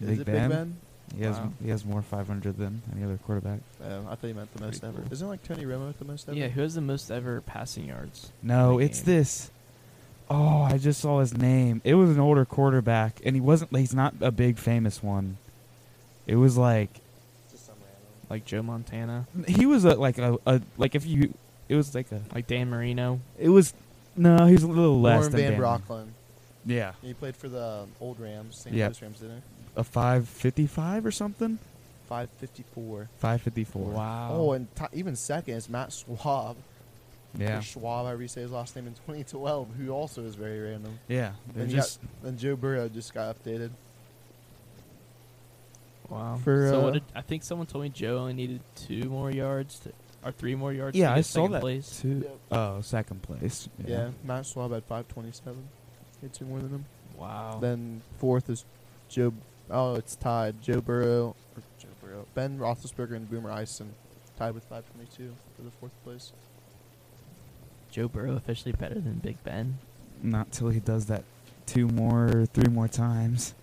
S4: Is it Big Ben?
S1: He has
S3: Wow.
S1: he has more 500 than any other quarterback.
S4: Oh, I thought you meant the most
S1: Pretty
S4: ever.
S1: cool.
S4: Isn't like Tony Romo the most ever?
S3: Yeah, who has the most ever passing yards?
S1: No,
S3: in a
S1: it's
S3: game?
S1: this Oh, I just saw his name. It was an older quarterback, and he wasn't. He's not a big famous one. It was like
S4: Just some random.
S3: like Joe Montana,
S1: he was a like a, a like if you. It was like a.
S3: like Dan Marino.
S1: It was no. He was a little less
S4: Warren
S1: than
S4: Van
S1: Dan.
S4: Brocklin.
S1: Yeah,
S4: He played for the um, old Rams, St.
S1: Yeah.
S4: Louis Rams, didn't he?
S1: a five fifty five or something.
S4: 554.
S1: Five fifty four.
S3: Wow.
S4: Oh, and t- even second is Matt Schwab.
S1: Yeah.
S4: Schwab, I re say his last name in 2012, who also is very random.
S1: Yeah. They're
S4: And you
S1: just
S4: got- and Joe Burrow just got updated.
S3: wow.
S4: for,
S3: so
S4: uh,
S3: what did, I think someone told me Joe only needed two more yards to, or three more yards.
S1: yeah.
S3: to
S1: I
S3: get
S1: saw
S3: second
S1: that
S3: Place.
S1: too.
S4: Yep.
S1: Oh, second place.
S4: Yeah. Matt Schwab had 527. He had two more than him.
S3: Wow.
S4: Then fourth is Joe. Oh, it's tied. Joe Burrow. Or Joe Burrow. Ben Roethlisberger and Boomer Eisen tied with 522 for the fourth place.
S3: Joe Burrow officially better than Big Ben.
S1: Not till he does that two more, three more times.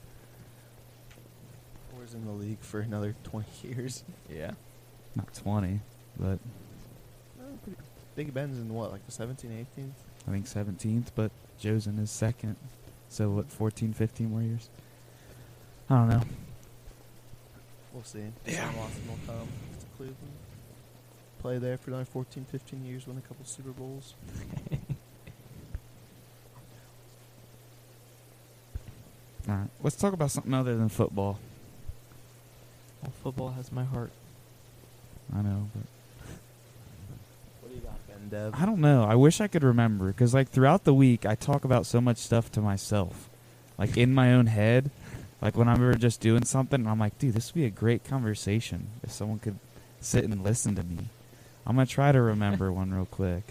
S4: Or is in the league for another 20 years.
S3: Yeah.
S1: Not twenty, but
S4: No, pretty- Big Ben's in what, like the 17, 18th?
S1: I think 17th, but Joe's in his second. So, what, 14, 15 more years? I don't know.
S4: We'll see. Sam Watson will come to Cleveland. Play there for another 14, 15 years, win a couple Super Bowls.
S1: All right. Let's talk about something other than football.
S3: Well, football has my heart.
S1: I know, but
S4: What do you got, Ben Dev?
S1: I don't know. I wish I could remember because, like, throughout the week, I talk about so much stuff to myself, like in my own head. Like when I'm ever just doing something, I'm like, dude, this would be a great conversation if someone could sit and listen to me. I'm gonna try to remember one real quick.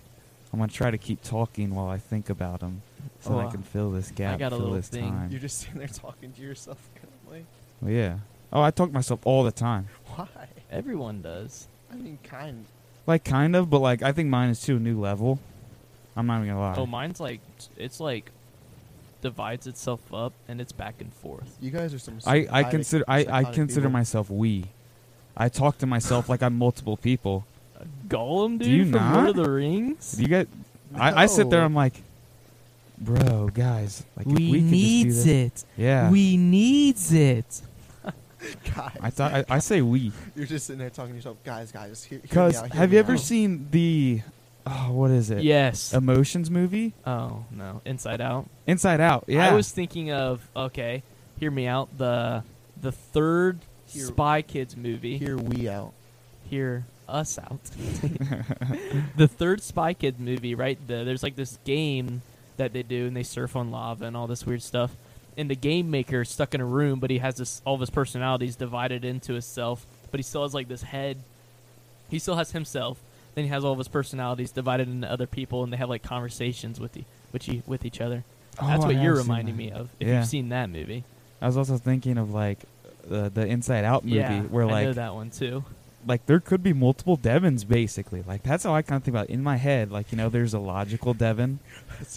S1: I'm gonna try to keep talking while I think about them, so that
S3: Oh,
S1: I can fill this gap,
S3: got a
S1: fill
S3: little
S1: this
S3: thing.
S1: time.
S4: You're just sitting there talking to yourself currently.
S1: Well, yeah. Oh, I talk to myself all the time.
S4: Why?
S3: Everyone does.
S4: I mean, kind.
S1: Like kind of, but like I think mine is to a new level. I'm not even gonna lie.
S3: Oh, mine's like it's like divides itself up and it's back and forth.
S4: You guys are some.
S1: I, I
S4: psychotic-
S1: consider I, I
S4: psychotic
S1: consider
S4: people.
S1: myself we. I talk to myself like I'm multiple people.
S3: Gollum,
S1: Do
S3: dude,
S1: you
S3: from
S1: not?
S3: Lord of the Rings.
S1: Do you get? I, I sit there.
S4: No.
S1: I'm like, bro, guys. Like if we could just do this,
S3: it.
S1: Yeah.
S3: We needs it.
S4: Guys,
S1: I thought I, I say we
S4: you're just sitting there talking to yourself, guys, guys. Hear, hear me
S1: because
S4: out, hear
S1: have
S4: me
S1: you ever
S4: out."
S1: seen the, oh, what is it?
S3: Yes.
S1: Emotions movie,
S3: oh no, Inside Out.
S1: Inside Out. Uh, Yeah.
S3: I was thinking of okay, hear me out. The the third
S4: Hear-
S3: Spy Kids movie.
S4: Hear we out.
S3: hear us out. the third Spy Kid movie, right? The, there's like this game that they do, and they surf on lava and all this weird stuff. And the game maker is stuck in a room, but he has this all of his personalities divided into himself. But he still has like this head. He still has himself. Then he has all of his personalities divided into other people, and they have like conversations with the with, e- with each other.
S1: Oh,
S3: That's what
S1: I
S3: you're
S1: have seen
S3: reminding
S1: that.
S3: me of. If
S1: Yeah.
S3: you've seen that movie,
S1: I was also thinking of like the the Inside Out movie
S3: yeah,
S1: where
S3: I know
S1: like
S3: that one too.
S1: like there could be multiple Devons basically. Like that's how I kind of think about it. in my head. Like you know, there's a logical Devon,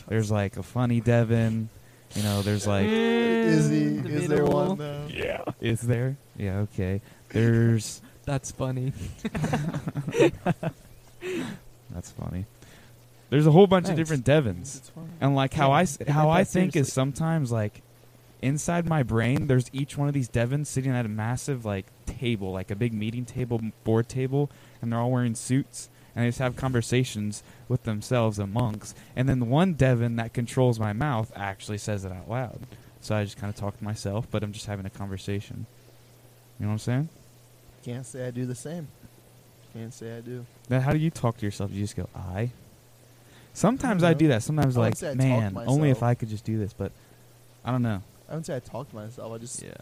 S1: there's like a funny Devon, you know, there's like
S4: Is he?
S3: The
S4: Is there
S3: middle.
S4: one though?
S1: is there? Yeah, okay. There's
S3: That's funny.
S1: that's funny. There's a whole bunch
S3: Thanks.
S1: of different Devons,
S4: It's fine.
S1: and like how I s-
S3: Yeah,
S1: how
S3: I
S1: I
S3: thought
S1: think is
S3: seriously.
S1: sometimes like inside my brain, there's each one of these Devons sitting at a massive like table, like a big meeting table, board table, and they're all wearing suits. And they just have conversations with themselves amongst. And then the one Devon that controls my mouth actually says it out loud. So I just kind of talk to myself, but I'm just having a conversation. You know what I'm saying?
S4: Can't say I do the same. Can't say I do.
S1: Now, how do you talk to yourself? Do you just go, I? Sometimes
S4: I
S1: I,
S4: don't know.
S1: do that. Sometimes,
S4: I wouldn't
S1: like,
S4: say I talk to
S1: man, only if
S4: myself.
S1: I could just do this. But I don't know.
S4: I wouldn't say I talk to myself. I just
S3: Yeah.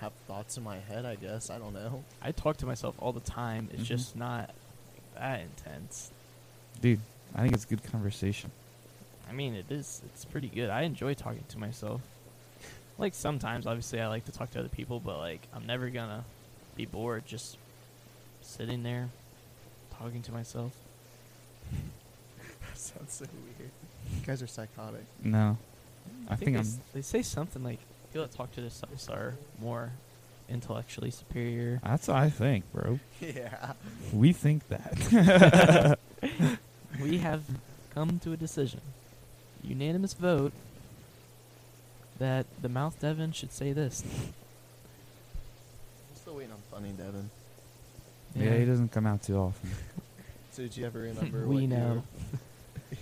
S4: have thoughts in my head. I guess I don't know.
S3: I talk to myself all the time. It's
S1: Mhm.
S3: just not that intense.
S1: Dude, I think it's good conversation.
S3: I mean, it is. It's pretty good. I enjoy talking to myself. Like sometimes, obviously, I like to talk to other people, but like I'm never gonna be bored just sitting there talking to myself.
S4: that sounds so weird. You guys are psychotic.
S1: No. I think
S3: they,
S1: I'm-
S3: s- they say something like people that talk to themselves are more intellectually superior.
S1: That's what I think, bro.
S4: yeah.
S1: We think that.
S3: we have come to a decision. unanimous vote that the mouth Devin should say this.
S4: I'm still waiting on funny, Devin.
S1: Yeah, he doesn't come out too often.
S4: So did you ever remember
S3: We
S4: what,
S3: know.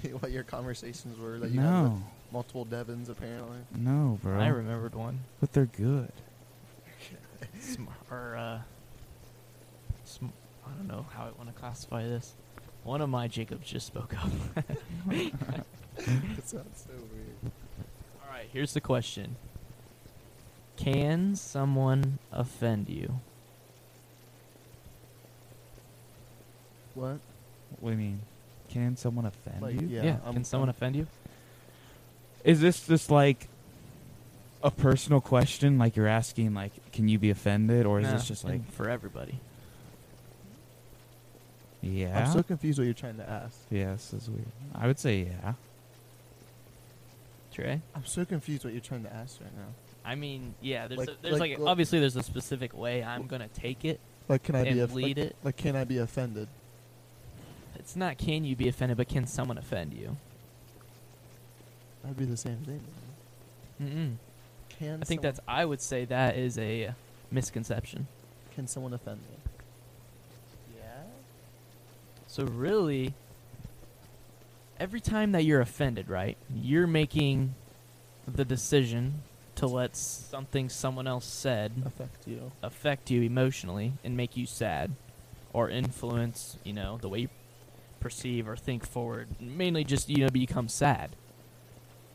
S4: Your, what your conversations were that you had with
S1: No,
S4: multiple Devins, apparently?
S1: no, bro.
S3: I remembered one.
S1: but they're good.
S3: Sm- or uh, sm- I don't know how I want to classify this. One of my Jacobs just spoke up.
S4: that sounds so weird.
S3: All right, here's the question: Can someone offend you?
S4: What?
S1: What do you mean? Can someone offend
S4: Like,
S1: you?
S4: yeah. I'm-
S3: can someone
S4: I'm-
S3: offend you?
S1: Is this just like a personal question? Like you're asking, like, can you be offended, or is
S3: No,
S1: this just like,
S3: and for everybody?
S1: yeah,
S4: I'm so confused what you're trying to ask.
S1: yeah, this is weird. I would say yeah.
S3: Trey.
S4: I'm so confused what you're trying to ask right now.
S3: I mean, yeah. There's
S4: Like-
S3: a, there's
S4: like,
S3: like,
S4: look-
S3: obviously there's a specific way I'm gonna take it
S4: Like, can I be
S3: and
S4: offended?
S3: lead
S4: Like,
S3: it.
S4: like, can I be offended?
S3: It's not can you be offended, but can someone offend you?
S4: That'd be the same thing.
S3: Mm-mm.
S4: Can
S3: I think
S4: someone-
S3: that's. I would say that is a misconception.
S4: Can someone offend me? Yeah.
S3: So really, every time that you're offended, right, you're making the decision to let something someone else said
S4: Affect you.
S3: affect you emotionally and make you sad, or influence, you know, the way you perceive or think forward. Mainly, just you know, become sad.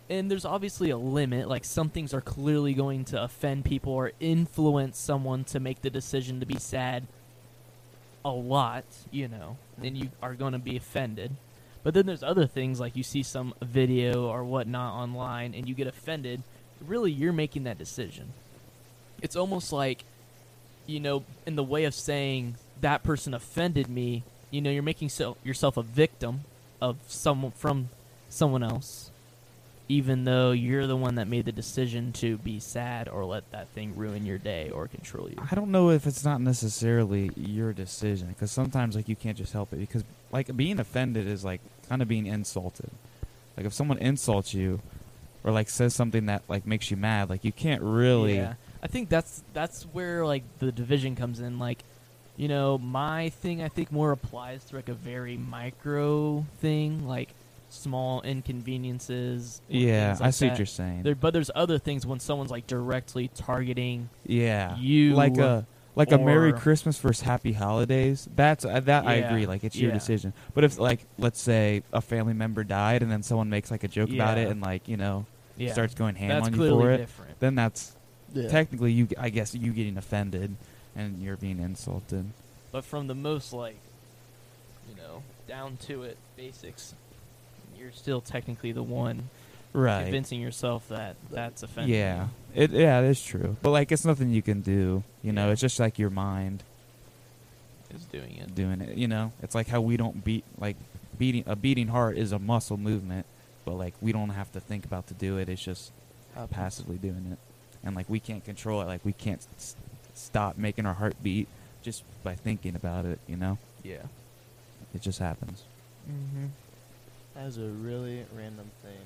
S3: And there's obviously a limit. Like some things are clearly going to offend people or influence someone to make the decision to be sad a lot, you know, and you are going to be offended. But then there's other things like you see some video or whatnot online and you get offended. Really, you're making that decision. It's almost like, you know, in the way of saying that person offended me, you know, you're making so, yourself a victim of someone from someone else, even though you're the one that made the decision to be sad or let that thing ruin your day or control you.
S1: I don't know if it's not necessarily your decision because sometimes like you can't just help it because like being offended is like kind of being insulted. Like if someone insults you or like says something that like makes you mad, like you can't really.
S3: Yeah. I think that's that's where like the division comes in. Like, you know, my thing I think more applies to like a very micro thing, like small inconveniences. or
S1: Yeah,
S3: things
S1: I
S3: like
S1: see
S3: that.
S1: what you're saying.
S3: There, but there's other things when someone's like directly targeting
S1: yeah,
S3: you,
S1: like a like a Merry
S3: or-
S1: Christmas versus Happy Holidays. That's uh, that I
S3: Yeah,
S1: agree. Like it's your
S3: yeah.
S1: decision. But if like let's say a family member died and then someone makes like a joke about
S3: Yeah.
S1: it and like you know
S3: yeah,
S1: starts going ham
S3: that's
S1: on you
S3: clearly
S1: for it,
S3: different.
S1: then that's
S4: Yeah.
S1: technically you i guess you getting offended and you're being insulted
S3: But from the most like, you know, down to it basics, you're still technically the one convincing yourself that that's offensive.
S1: yeah it yeah it is true but like it's nothing you can do you know
S3: Yeah.
S1: it's just like your mind
S3: is doing it.
S1: doing it you know it's like how we don't beat like beating a beating heart is a muscle movement but like we don't have to think about to do it it's just
S4: Happens.
S1: passively doing it and like we can't control it like we can't s- stop making our heart beat just by thinking about it you know
S3: Yeah.
S1: it just happens
S3: Mm-hmm.
S4: That is a really random thing.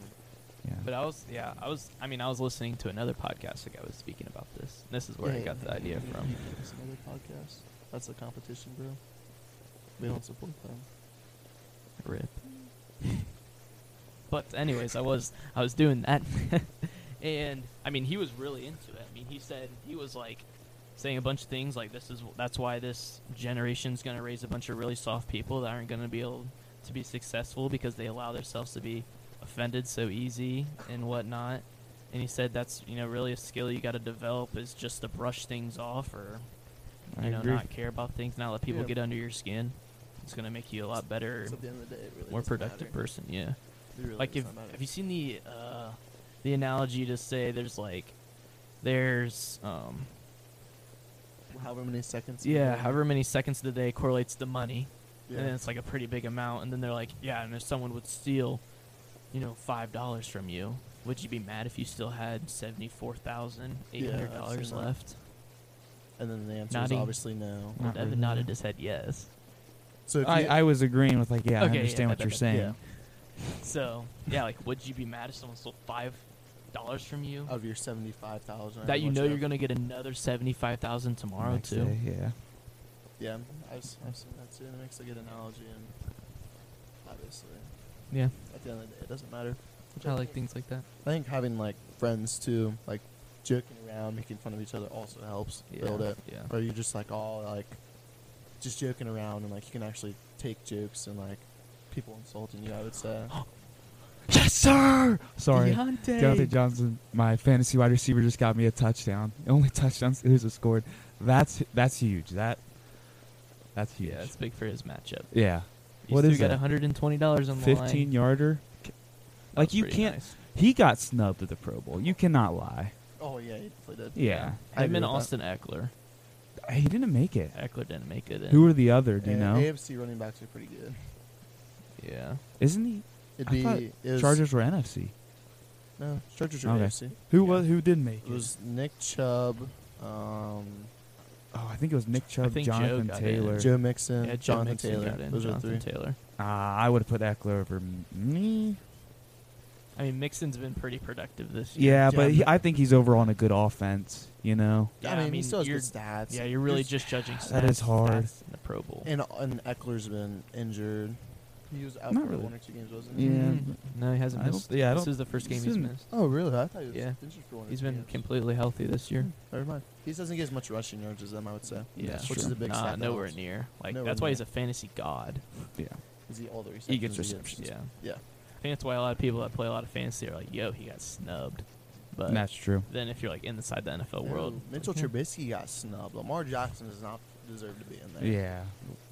S1: yeah
S3: But I was, yeah, I was. I mean, I was listening to another podcast. The guy was speaking about this. And this is where I
S4: Yeah.
S3: got the idea from.
S4: It's another podcast. That's a competition, bro. We don't support them.
S3: Rip. but anyways, I was, I was doing that, and I mean, he was really into it. I mean, he said he was like saying a bunch of things like this is that's why this generation's going to raise a bunch of really soft people that aren't going to be able to be successful because they allow themselves to be offended so easy and whatnot. And he said that's you know really a skill you got to develop is just to brush things off or
S1: I
S3: you know
S1: agree.
S3: not care about things, not let people
S4: Yeah.
S3: get under your skin. It's going to make you a lot better,
S4: So at the end of the day, it really
S3: more
S4: doesn't
S3: productive
S4: matter.
S3: person. Yeah.
S4: It really
S3: Like if
S4: does not matter.
S3: have you seen the uh, the analogy to say there's like there's um
S4: however many seconds. you
S3: yeah
S4: have.
S3: however many seconds of the day correlates to money
S4: Yeah.
S3: and then it's like a pretty big amount and then they're like yeah and if someone would steal you know five dollars from you would you be mad if you still had seventy four thousand eight hundred
S4: Yeah, I've
S3: dollars
S4: seen that.
S3: left
S4: And then the answer
S3: Nodding.
S4: is obviously no.
S1: Not
S3: well, Devin
S1: really.
S3: nodded his head yes
S4: So if
S1: I,
S4: you,
S1: I was agreeing with like yeah
S3: Okay,
S1: I
S3: yeah,
S1: understand
S3: that-
S1: what you're
S3: that-
S1: saying.
S4: yeah.
S3: So yeah, like would you be mad if someone stole five dollars from you
S4: Of your seventy-five thousand
S3: that you know you're gonna get another seventy five thousand tomorrow
S1: Next
S3: too?
S1: day, yeah.
S4: Yeah, I've, s- I've seen that too. and It makes a good analogy, and obviously,
S3: Yeah,
S4: at the end of the day, it doesn't matter.
S3: I like things like that.
S4: I think having like friends too, like joking around, making fun of each other, also helps
S3: Yeah.
S4: build it.
S3: Yeah.
S4: Where you're just like all like, just joking around, and like you can actually take jokes and like people insulting you. I would say.
S3: Yes, sir.
S1: Sorry.
S3: Deontay.
S1: Deontay Johnson, my fantasy wide receiver, just got me a touchdown. The only touchdown Steelers have scored. That's that's huge. That that's huge.
S3: Yeah, it's big for his matchup.
S1: yeah.
S3: He's
S1: What
S3: still
S1: is
S3: got
S1: that?
S3: one hundred and twenty dollars on the line.
S1: fifteen yarder. K-
S3: That
S1: Like
S3: was
S1: you
S3: pretty
S1: can't.
S3: nice.
S1: He got snubbed at the Pro Bowl. You cannot lie.
S4: Oh yeah, he definitely did.
S1: Yeah,
S3: Him
S4: I agree
S3: and
S4: with that.
S3: Austin Eckler.
S1: he didn't make it.
S3: Eckler didn't make it in.
S1: Who are the other? Do you
S4: And
S1: know?
S4: AFC running backs are pretty good.
S3: yeah.
S1: Isn't he
S4: It'd
S1: I
S4: be
S1: thought
S4: it was,
S1: Chargers or NFC?
S4: No, Chargers are
S1: Okay.
S4: AFC.
S1: Who
S3: Yeah.
S1: was who did make
S4: It
S1: it?
S4: was Nick Chubb, um,
S1: oh, I think it was Nick Chubb,
S3: think Joe
S1: Jonathan
S3: got it.
S1: Taylor.
S4: Joe Mixon,
S3: Yeah, John
S4: Jonathan
S3: Mixon
S4: Taylor.
S3: got in.
S4: Those
S3: Jonathan
S4: are three.
S3: Taylor.
S1: Ah, I would have put Eckler over m- me.
S3: I mean, Mixon's been pretty productive this year.
S1: Yeah,
S4: Yeah.
S1: but he, I think he's overall on a good offense. You know,
S3: Yeah,
S4: I mean, he still has
S3: you're,
S4: good stats.
S3: yeah, you're really
S4: There's-
S3: just judging stats.
S1: That is hard.
S3: stats in the Pro Bowl.
S4: And and Eckler's been injured. He was out
S1: Not
S4: for
S1: really.
S4: one or two games, wasn't he?
S1: Yeah.
S3: Mm. No, he hasn't
S1: I don't-
S3: missed.
S1: yeah, I
S3: this
S1: don't-
S3: is the first game
S1: he's
S3: he's
S1: been-
S3: missed.
S4: Oh, really? I thought he was
S3: Yeah.
S4: injured for one. or
S3: He's
S4: two
S3: been
S4: games.
S3: completely healthy this year.
S4: Never mind. He doesn't get as much rushing yards as them, I would say.
S3: Yeah,
S1: That's
S4: which
S1: true.
S4: is a big
S3: nah,
S4: stat. that
S3: nowhere
S4: helps.
S3: near. Like
S4: Nowhere
S3: that's why
S4: near.
S3: he's a fantasy god.
S1: yeah,
S4: Is he all the receptions?
S3: He gets receptions. Yeah,
S4: Yeah.
S3: I think that's why a lot of people that play a lot of fantasy are like, "Yo, he got snubbed." But
S1: that's true.
S3: then if you're like inside the NFL world,
S4: Ew, Mitchell
S3: like, yeah.
S4: Trubisky got snubbed. Lamar Jackson does not deserve to be in there.
S1: Yeah,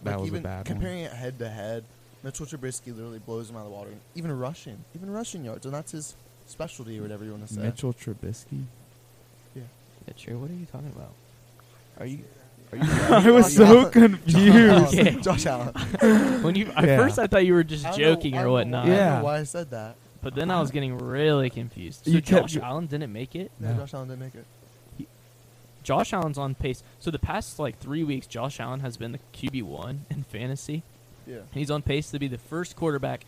S1: that
S4: like
S1: was
S4: even
S1: a bad
S4: comparing it head to head, Mitchell Trubisky literally blows him out of the water. Even rushing, even rushing yards, and that's his specialty or whatever you want to say.
S1: one. Mitchell Trubisky.
S3: Mitchell, what are you talking about? Are you?
S4: Are you-
S1: I was
S4: Josh
S1: so
S4: Allen-
S1: confused.
S4: Josh Allen.
S3: Yeah.
S4: Josh Allen.
S3: When you at
S1: Yeah.
S3: first, I thought you were
S4: I
S3: just
S4: don't know-
S3: joking or
S4: I don't know
S3: whatnot.
S4: why- I
S1: Yeah.
S4: don't know why I said that.
S3: But then I was getting really confused. So
S1: You kept-
S3: Josh Allen didn't make it.
S4: No,
S1: No.
S4: Josh Allen didn't make it.
S3: Josh Allen's on pace. So the past like three weeks, Josh Allen has been the QB one in fantasy.
S4: Yeah.
S3: And he's on pace to be the first quarterback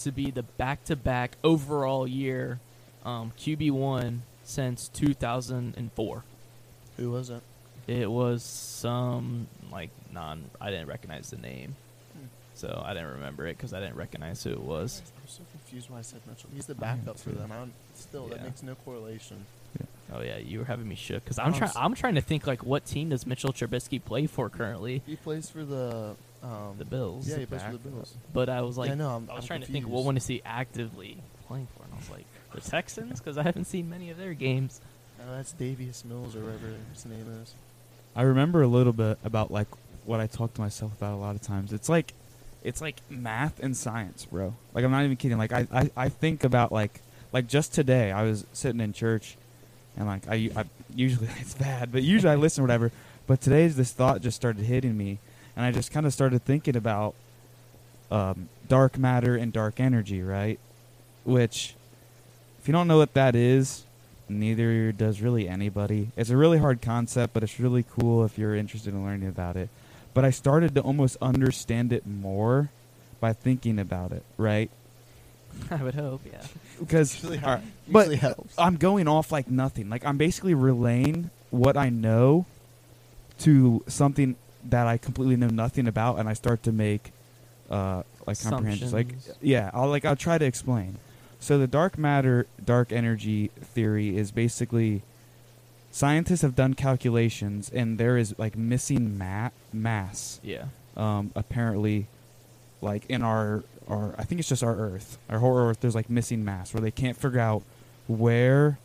S3: to be the back-to-back overall year um, QB one since 2004.
S4: Who was it?
S3: It was some like non. I didn't recognize the name,
S4: Hmm.
S3: so I didn't remember it because I didn't recognize who it was.
S4: I'm so confused why I said Mitchell. He's the
S1: I am
S4: backup for
S1: too.
S4: them. I'm still that
S3: Yeah.
S4: makes no correlation.
S3: Oh yeah, you were having me shook because I'm
S4: Oh,
S3: trying.
S4: s-
S3: I'm trying to think like what team does Mitchell Trubisky play for currently?
S4: He plays for the um,
S3: The Bills.
S4: Yeah, he
S1: The
S4: plays for the
S1: backup.
S4: Bills.
S3: But I was like,
S4: yeah, no, I'm,
S3: I was
S4: I'm
S3: trying to
S4: confused.
S3: think what one is he actively playing for, and I was like, the Texans because I haven't seen many of their games.
S4: Oh, that's Davius Mills or whatever his name is.
S1: I remember a little bit about like what I talk to myself about a lot of times. It's like it's like math and science, bro. Like I'm not even kidding. Like I, I, I think about like like just today I was sitting in church and like I, I usually it's bad, but usually I listen or whatever. But today's this thought just started hitting me and I just kind of started thinking about um, dark matter and dark energy, right? Which if you don't know what that is, neither does really anybody. It's a really hard concept, but it's really cool if you're interested in learning about it. But I started to almost understand it more by thinking about it, right?
S3: I would hope, yeah.
S1: Because
S4: Usually
S1: all right, but uh,
S4: Usually helps.
S1: I'm going off like nothing. Like I'm basically relaying what I know to something that I completely know nothing about, and I start to make uh, like comprehensions. Like
S3: Assumptions.
S1: yeah, I'll like I'll try to explain. So the dark matter, dark energy theory is basically scientists have done calculations, and there is like missing ma- mass
S3: Yeah,
S1: um, apparently like in our our I think it's just our Earth, our whole Earth. There's like missing mass where they can't figure out where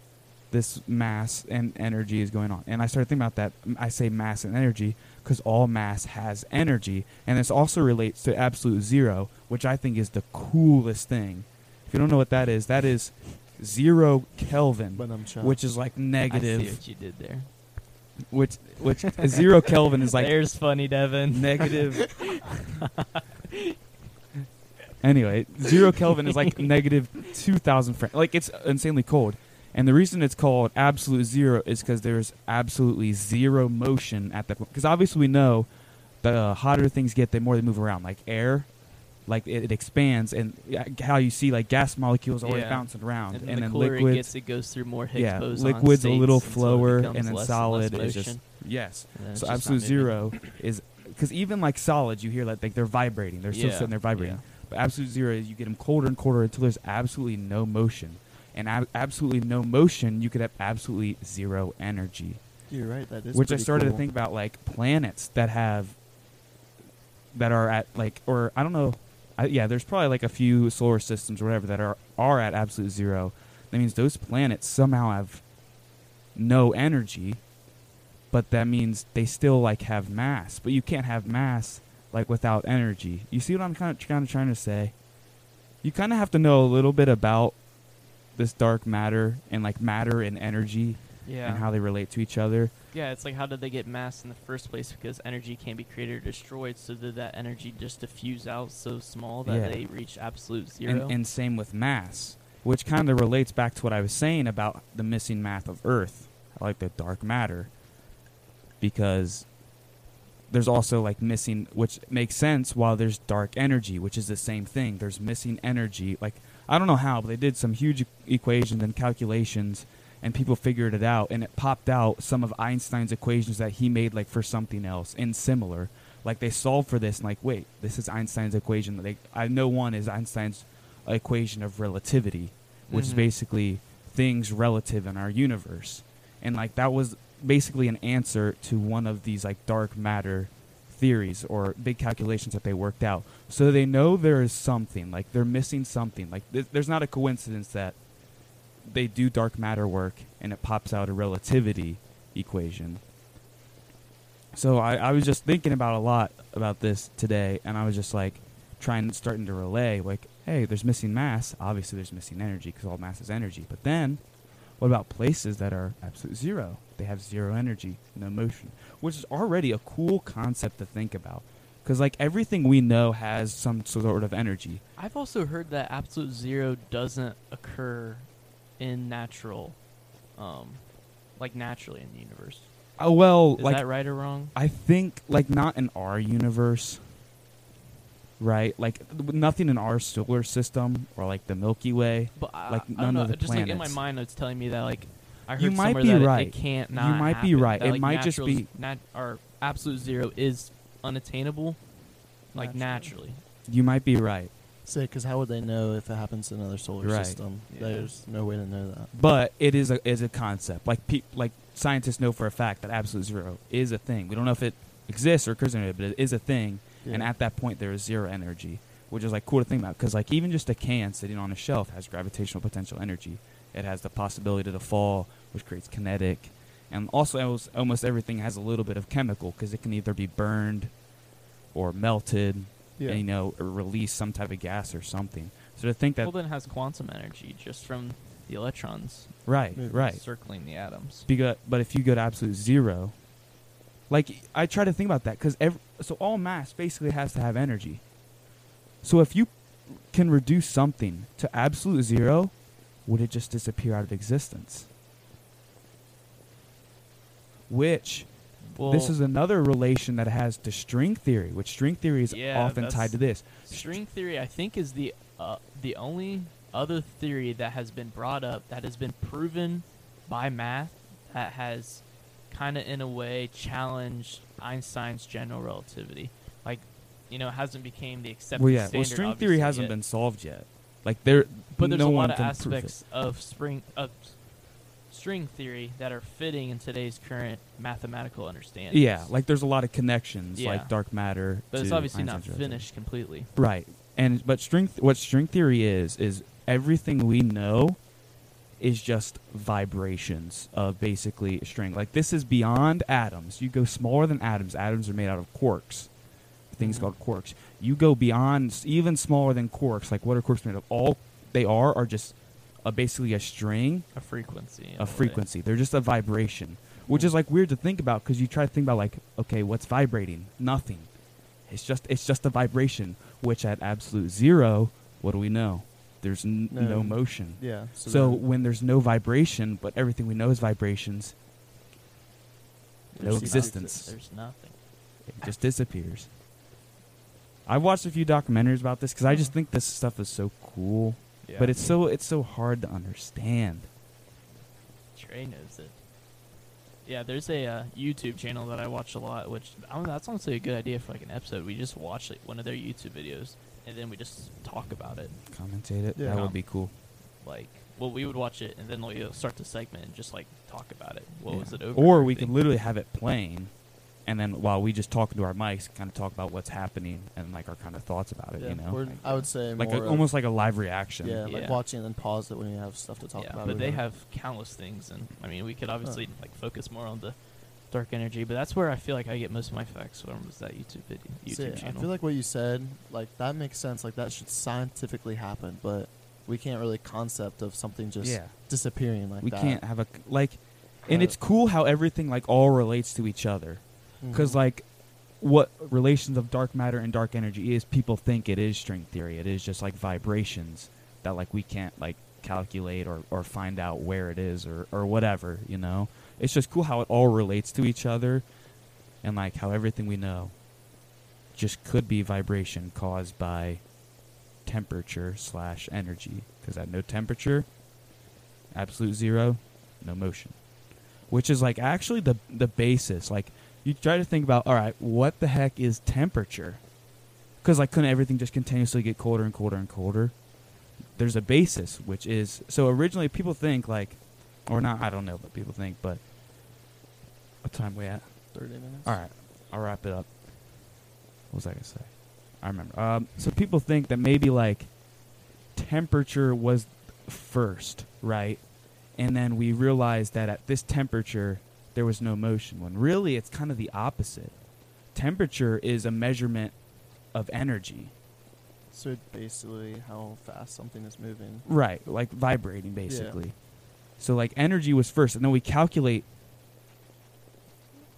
S1: this mass and energy is going on. And I started thinking about that. I say mass and energy because all mass has energy, and this also relates to absolute zero, which I think is the coolest thing. If you don't know what that is, that is zero Kelvin,
S4: but I'm sure.
S1: which is like
S3: uh, I see
S1: negative.
S3: what you did there.
S1: Which which zero Kelvin is like
S3: There's funny Devin.
S1: negative. anyway, zero Kelvin is like negative 2,000 Fahrenheit. Like, it's insanely cold. And the reason it's called absolute zero is because there's absolutely zero motion at that point. Because obviously, we know the hotter things get, the more they move around. Like, air like it, it expands and uh, how you see like gas molecules always
S3: Yeah.
S1: bouncing around
S3: And,
S1: and,
S3: the
S1: then
S3: cooler
S1: liquids
S3: it gets, it goes through more Higgs
S1: yeah
S3: boson
S1: liquids a
S3: states
S1: little
S3: until it
S1: flower
S3: becomes
S1: and then
S3: less and
S1: solid
S3: less
S1: is just
S3: motion.
S1: yes
S5: And then it's
S1: so
S5: just not
S1: absolute
S5: moving.
S1: zero is because even like solids, you hear like, like they're vibrating. They're still
S5: Yeah,
S1: sitting there vibrating.
S5: yeah.
S1: But absolute zero, is you get them colder and colder until there's absolutely no motion. And ab- absolutely no motion, you could have absolutely zero energy.
S4: You're right. That is.
S1: which I
S4: pretty
S1: started to
S4: cool.
S1: think about like planets that have that are at like or I don't know, I, yeah. There's probably like a few solar systems or whatever that are are at absolute zero. That means those planets somehow have no energy, but that means they still like have mass. But you can't have mass like without energy. You see what I'm kind of kind of trying to say? You kind of have to know a little bit about this dark matter and like matter and energy
S3: Yeah.
S1: and how they relate to each other.
S3: yeah, it's like how did they get mass in the first place? Because energy can't be created or destroyed, so did that energy just diffuse out so small that
S1: Yeah.
S3: they reach absolute zero?
S1: and, and same with mass, which kind of relates back to what I was saying about the missing math of Earth, like the dark matter, because there's also like missing, which makes sense while there's dark energy, which is the same thing. There's missing energy. Like, I don't know how, but they did some huge equations and calculations, and people figured it out, and it popped out some of Einstein's equations that he made, like, for something else and similar. Like, they solved for this, and like, wait, this is Einstein's equation. Like, I know one is Einstein's equation of relativity, which is
S3: Mhm.
S1: basically things relative in our universe. And, like, that was basically an answer to one of these, like, dark matter theories or big calculations that they worked out. So they know there is something, like they're missing something. Like th- there's not a coincidence that they do dark matter work and it pops out a relativity equation. So I, I was just thinking about a lot about this today, and I was just like trying, starting to relay, like, hey, there's missing mass. Obviously, there's missing energy because all mass is energy. But then, what about places that are absolute zero? They have zero energy, no motion, which is already a cool concept to think about. Because like everything we know has some sort of energy.
S3: I've also heard that absolute zero doesn't occur in natural, um, like naturally in the universe.
S1: Oh well,
S3: Is
S1: like
S3: that right or wrong?
S1: I think like not in our universe, right? Like th- nothing in our solar system or like the Milky Way.
S3: But I,
S1: like,
S3: I don't
S1: none
S3: know,
S1: of the
S3: just like in my
S1: planets.
S3: mind, it's telling me that like I heard
S1: You might
S3: somewhere
S1: be
S3: that it- It,
S1: right.
S3: can't
S1: You
S3: not.
S1: might be
S3: happen,
S1: right.
S3: that,
S1: It
S3: like,
S1: might just
S3: natural's-
S1: be-
S3: nat- or absolute zero is unattainable, like naturally.
S4: Naturally.
S1: You might be right,
S4: Sick, because how would they know if it happens in another solar
S1: Right.
S4: system?
S3: Yeah.
S4: There's no way to know that.
S1: but it is a is a concept. Like pe- like scientists know for a fact that absolute zero is a thing. We don't know if it exists or occurs in it, but it is a thing. And
S4: Yeah.
S1: at that point, there is zero energy, which is like cool to think about. Because like even just a can sitting on a shelf has gravitational potential energy. It has the possibility to fall, which creates kinetic, and also almost- almost everything has a little bit of chemical because it can either be burned or melted,
S4: Yeah.
S1: and, you know, or release some type of gas or something. So to think that
S3: well, then it has quantum energy just from the electrons
S1: right,
S4: Yeah.
S1: right,
S3: circling the atoms.
S1: Because, but if you go to absolute zero, like I try to think about that because so all mass basically has to have energy. So if you can reduce something to absolute zero, would it just disappear out of existence? Which
S3: Well,
S1: this is another relation that it has to string theory, which string theory is
S3: Yeah,
S1: often
S3: that's-
S1: tied to this.
S3: String theory, I think, is the uh, the only other theory that has been brought up that has been proven by math that has kind of in a way challenged Einstein's general relativity. Like, you know, it hasn't became the accepted
S1: Well, yeah.
S3: standard.
S1: Well, string theory
S3: obviously,
S1: hasn't
S3: yet.
S1: been solved yet. Like there,
S3: But there's
S1: no
S3: a
S1: one
S3: lot of
S1: can prove it.
S3: aspects of spring of s- string theory that are fitting in today's current mathematical understanding.
S1: Yeah, like there's a lot of connections,
S3: Yeah.
S1: like dark matter.
S3: but it's
S1: to
S3: obviously not
S1: Einstein's relativity.
S3: finished completely.
S1: Right. And but string th- what string theory is is everything we know is just vibrations of basically string. Like this is beyond atoms. You go smaller than atoms. Atoms are made out of quarks. Things
S3: Mhm.
S1: called quarks. You go beyond s- even smaller than quarks. Like what are quarks made of? All they are are just a, basically a string
S3: A frequency. in way.
S1: a frequency. They're just a vibration, which is like weird to think about because you try to think about like, okay, what's vibrating? Nothing. It's just it's just a vibration. Which at absolute zero, what do we know? There's n- no.
S4: No.
S1: motion.
S4: Yeah.
S1: So,
S4: then
S1: when there's no vibration, but everything we know is vibrations,
S3: There's
S1: no
S3: nothing.
S1: existence.
S3: There's nothing.
S1: It just disappears. I watched a few documentaries about this because I just think this stuff is so cool,
S3: Yeah.
S1: but it's so it's so hard to understand.
S3: Trey knows it. Yeah, there's a uh, YouTube channel that I watch a lot, which I don't know, that's honestly a good idea for like an episode. We just watch like one of their YouTube videos and then we just talk about it.
S1: Commentate it.
S4: Yeah.
S1: That would be cool.
S3: Like, well, we would watch it and then we will start the segment and just like talk about it. What
S1: Yeah.
S3: was it over?
S1: Or
S3: and
S1: we
S3: everything.
S1: could literally have it playing, and then while we just talk into our mics, kind of talk about what's happening and like our kind of thoughts about it.
S3: Yeah,
S1: you know,
S4: Or
S1: like,
S4: I would say
S1: like
S4: more
S1: a,
S4: of-
S1: almost like a live reaction.
S4: yeah, like
S3: Yeah.
S4: watching and then pause it when you have stuff to talk
S3: yeah,
S4: about.
S3: but
S4: or
S3: they
S4: whatever.
S3: have countless things, and I mean, we could obviously like focus more on the dark energy, but that's where I feel like I get most of my facts from is that YouTube video, YouTube
S4: See,
S3: channel.
S4: I feel like what you said, like that makes sense. Like that should scientifically happen, but we can't really concept of something just
S1: Yeah.
S4: disappearing like
S1: we
S4: that.
S1: can't have a c- like, and
S4: Uh,
S1: it's cool how everything like all relates to each other. because
S4: mhm.
S1: Mm-hmm. like what relations of dark matter and dark energy is people think it is string theory it is just like vibrations that like we can't like calculate or, or find out where it is or, or whatever you know it's just cool how it all relates to each other and like how everything we know just could be vibration caused by temperature slash energy because at no temperature absolute zero no motion which is like actually the the basis like you try to think about all right what the heck is temperature because like couldn't everything just continuously get colder and colder and colder there's a basis which is so originally people think like or not i don't know what people think but what time we at
S4: thirty minutes.
S1: all right, I'll wrap it up. What was I gonna say? I remember. Um, so people think that maybe like temperature was first, right? And then we realized that at this temperature there was no motion. When really it's kind of the opposite. Temperature is a measurement of energy,
S4: So basically, how fast something is moving.
S1: right? Like vibrating, basically. So like energy was first, and then we calculate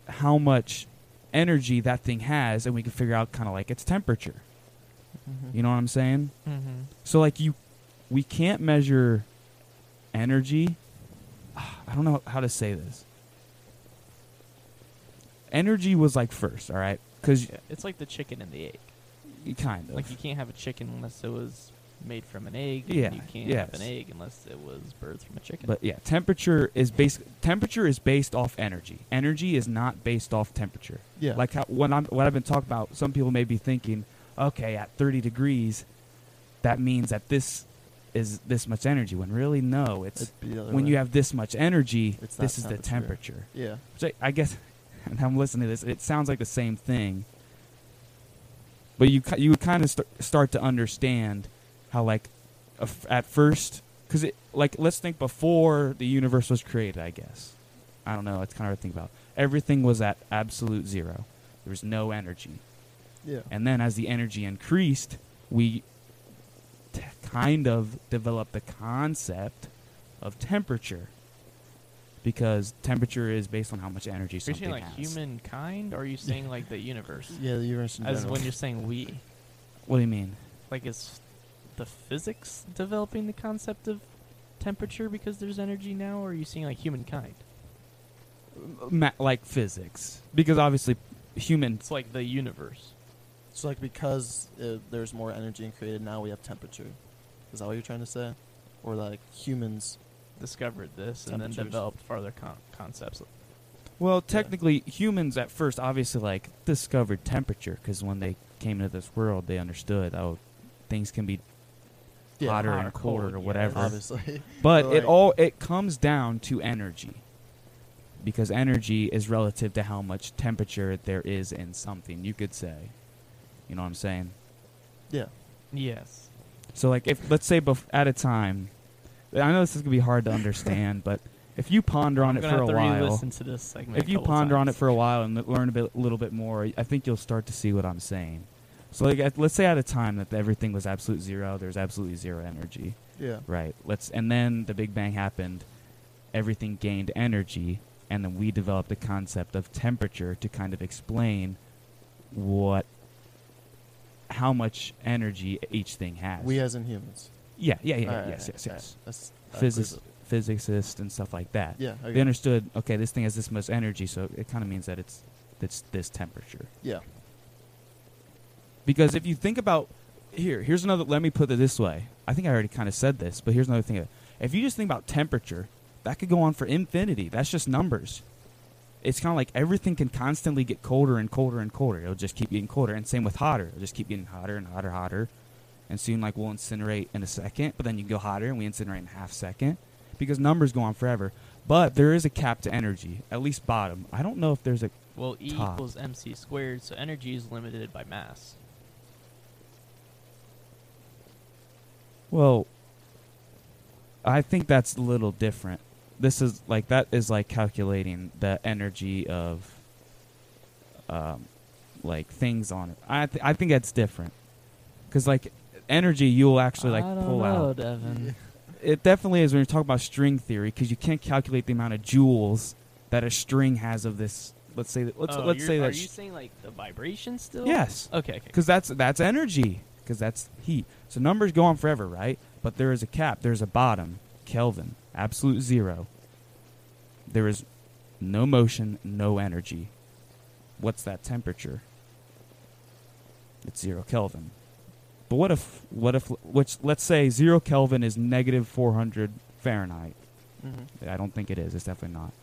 S1: how much energy that thing has, and we can figure out kind of like its temperature. You know what I'm saying?
S3: mm-hmm.
S1: So like you, we can't measure energy. I don't know how to say this. Energy was like first, all right? Because
S3: yeah, it's like the chicken and the egg.
S1: you kind of
S3: Like you can't have a chicken unless it was made from an egg. and
S1: Yeah,
S3: You can't have an
S1: yes.
S3: egg unless it was birthed from a chicken.
S1: But yeah, temperature is based. Temperature is based off energy. Energy is not based off temperature.
S4: Yeah.
S1: Like how, when I'm what I've been talking about, some people may be thinking, okay, at 30 degrees, that means that this is this much energy. When really, no. It's
S4: It'd be the other
S1: when
S4: way.
S1: you have this much energy,
S4: It's that
S1: this is the
S4: temperature.
S1: temperature.
S4: yeah,
S1: Which I, I guess, and I'm listening to this, it sounds like the same thing. But you ki- you would kind of st- start to understand how like a f- at first because it like let's think before the universe was created. I guess I don't know. It's kind of hard to think about. Everything was at absolute zero. There was no energy,
S4: yeah,
S1: and then as the energy increased, we t- kind of developed the concept of temperature because temperature is based on how much
S3: are
S1: energy
S3: you
S1: something
S3: saying like
S1: has.
S3: humankind? Or are you saying like the universe?
S4: yeah. The universe in
S3: As
S4: general.
S3: when you're saying we,
S1: What do you mean?
S3: like is the physics developing the concept of temperature because there's energy now? Or are you seeing like humankind?
S1: Ma- like physics, because obviously humans.
S3: It's like the universe.
S4: so like because uh, there's more energy and created now, we have temperature. Is that what you're trying to say? Or like humans?
S3: discovered this and then
S4: Temperatures.
S3: developed farther con- concepts.
S1: Well, technically, humans at first obviously like discovered temperature because when they came into this world, they understood oh, things can be
S4: Yeah,
S1: hotter
S3: hot or
S1: and colder
S3: cold,
S1: or
S3: yeah,
S1: whatever.
S4: obviously.
S1: But
S4: But, like-
S1: it all it comes down to energy. Because energy is relative to how much temperature there is in something, you could say. You know what I'm saying?
S4: yeah,
S3: Yes.
S1: So like if let's say bef- at a time I know this is going to be hard to understand, but if you ponder on
S3: I'm
S1: it
S3: gonna
S1: for a
S3: have to
S1: while,
S3: re-listen to this segment.
S1: if you ponder on it for a while and l- learn a bit, little bit more, I think you'll start to see what I'm saying. So like at, let's say at a time that everything was absolute zero, there's absolutely zero energy.
S4: yeah.
S1: Right. Let's and then the Big Bang happened. Everything gained energy, and then we developed the concept of temperature to kind of explain what, how much energy each thing has.
S4: We as in humans.
S1: yeah, yeah, yeah,
S4: Alright,
S1: yes, yes,
S4: alright,
S1: yes.
S4: that's- that
S1: Physics,
S4: clears it.
S1: physicists, and stuff like that.
S4: Yeah, I
S1: They
S4: agree.
S1: understood. Okay, this thing has this much energy, so it kind of means that it's, it's this temperature
S4: yeah.
S1: Because if you think about here, here's another. Let me put it this way. I think I already kind of said this, but here's another thing. If you just think about temperature, that could go on for infinity. That's just numbers. It's kind of like everything can constantly get colder and colder and colder. It'll just keep getting colder. And same with hotter. It'll just keep getting hotter and hotter, hotter. And soon, like, we'll incinerate in a second, but then you go hotter and we incinerate in a half second because numbers go on forever. But there is a cap to energy, at least bottom. I don't know if there's a.
S3: Well, E
S1: Top.
S3: equals mc squared, so energy is limited by mass.
S1: Well, I think that's a little different. This is like that is like calculating the energy of, um, like things on it. I th- I think that's different, because like energy you'll actually like
S3: I don't
S1: pull
S3: know,
S1: out.
S3: Devin.
S1: It definitely is when you're talking about string theory, because you can't calculate the amount of joules that a string has of this. Let's say that. Let's
S3: Oh,
S1: let's
S3: you're-
S1: say
S3: Are
S1: that.
S3: you
S1: sh-
S3: saying like the vibration still?
S1: yes.
S3: Okay. okay.
S1: because that's that's energy because that's heat so numbers go on forever right but there is a cap there's a bottom kelvin absolute zero there is no motion no energy what's that temperature it's zero kelvin but what if what if which let's say zero kelvin is negative 400 fahrenheit
S4: Mm-hmm.
S1: I don't think it is. It's definitely not.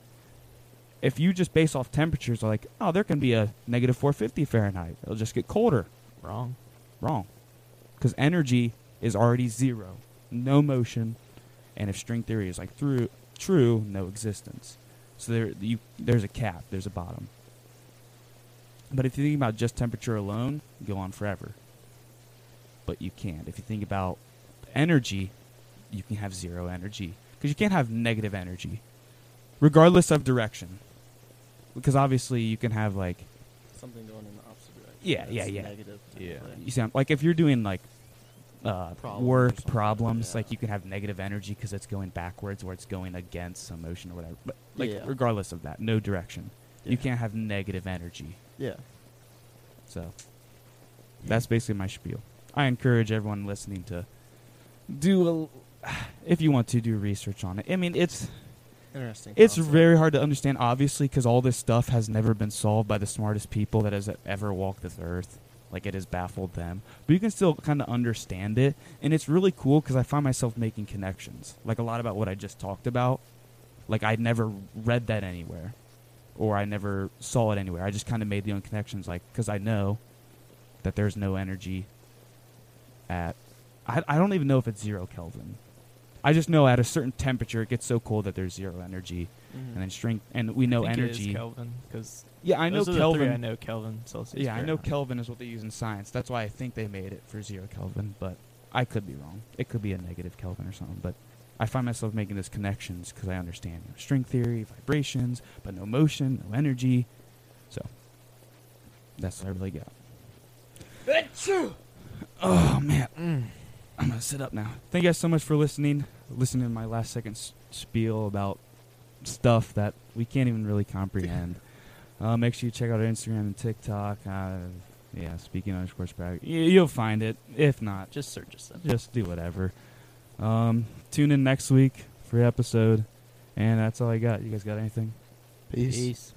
S1: If you just base off temperatures, like, oh, there can be a negative 450 Fahrenheit. It'll just get colder.
S3: Wrong.
S1: Wrong. Because energy is already zero, no motion, and if string theory is like through, true, no existence. So there, you, there's a cap, there's a bottom. But if you think about just temperature alone, you go on forever. But you can't. If you think about energy, you can have zero energy because you can't have negative energy, regardless of direction. Because obviously, you can have like
S4: Something going in the opposite direction.
S1: Yeah,
S4: that's
S1: yeah, yeah.
S4: Negative.
S3: Yeah.
S1: you sound like if you're doing like uh,
S4: Problems or
S1: work
S4: something,
S1: problems,
S4: yeah.
S1: like you can have negative energy because it's going backwards or it's going against some motion or whatever. But like
S4: Yeah.
S1: regardless of that, no direction. You
S4: Yeah.
S1: can't have negative energy.
S4: Yeah.
S1: So that's basically my spiel. I encourage everyone listening to do a, if you want to do research on it. I mean, it's
S4: Interesting.
S1: it's
S4: concept.
S1: very hard to understand, obviously, because all this stuff has never been solved by the smartest people that has e-, ever walked this earth. Like it has baffled them, but you can still kind of understand it, and it's really cool because I find myself making connections, like a lot about what I just talked about. Like I never read that anywhere, or I never saw it anywhere. I just kind of made the own connections, like because I know that there's no energy at. I, I don't even know if it's zero Kelvin. I just know at a certain temperature it gets so cold that there's zero energy
S4: Mhm.
S1: and then strength, and we know
S3: Mm-hmm. I think It is
S1: energy.
S3: Kelvin, because
S1: Yeah, I know
S3: those are the
S1: Kelvin.
S3: three I know Kelvin Celsius.
S1: Yeah, I know
S3: Fahrenheit.
S1: Kelvin is what they use in science. That's why I think they made it for zero Kelvin, but I could be wrong. It could be a negative Kelvin or something, but I find myself making those connections because I understand you know, string theory, vibrations, but no motion, no energy. So that's what I really got. Oh man, I'm gonna sit up now. Thank you guys so much for listening. Listening to my last second s- spiel about stuff that we can't even really comprehend. Uh, make sure you check out our Instagram and TikTok. Uh, yeah, speaking underscore brag. Y- you'll find it. If not,
S3: Just search us. up.
S1: just do whatever. Um, tune in next week for episode. And that's all I got. You guys got anything?
S4: Peace.
S3: Peace.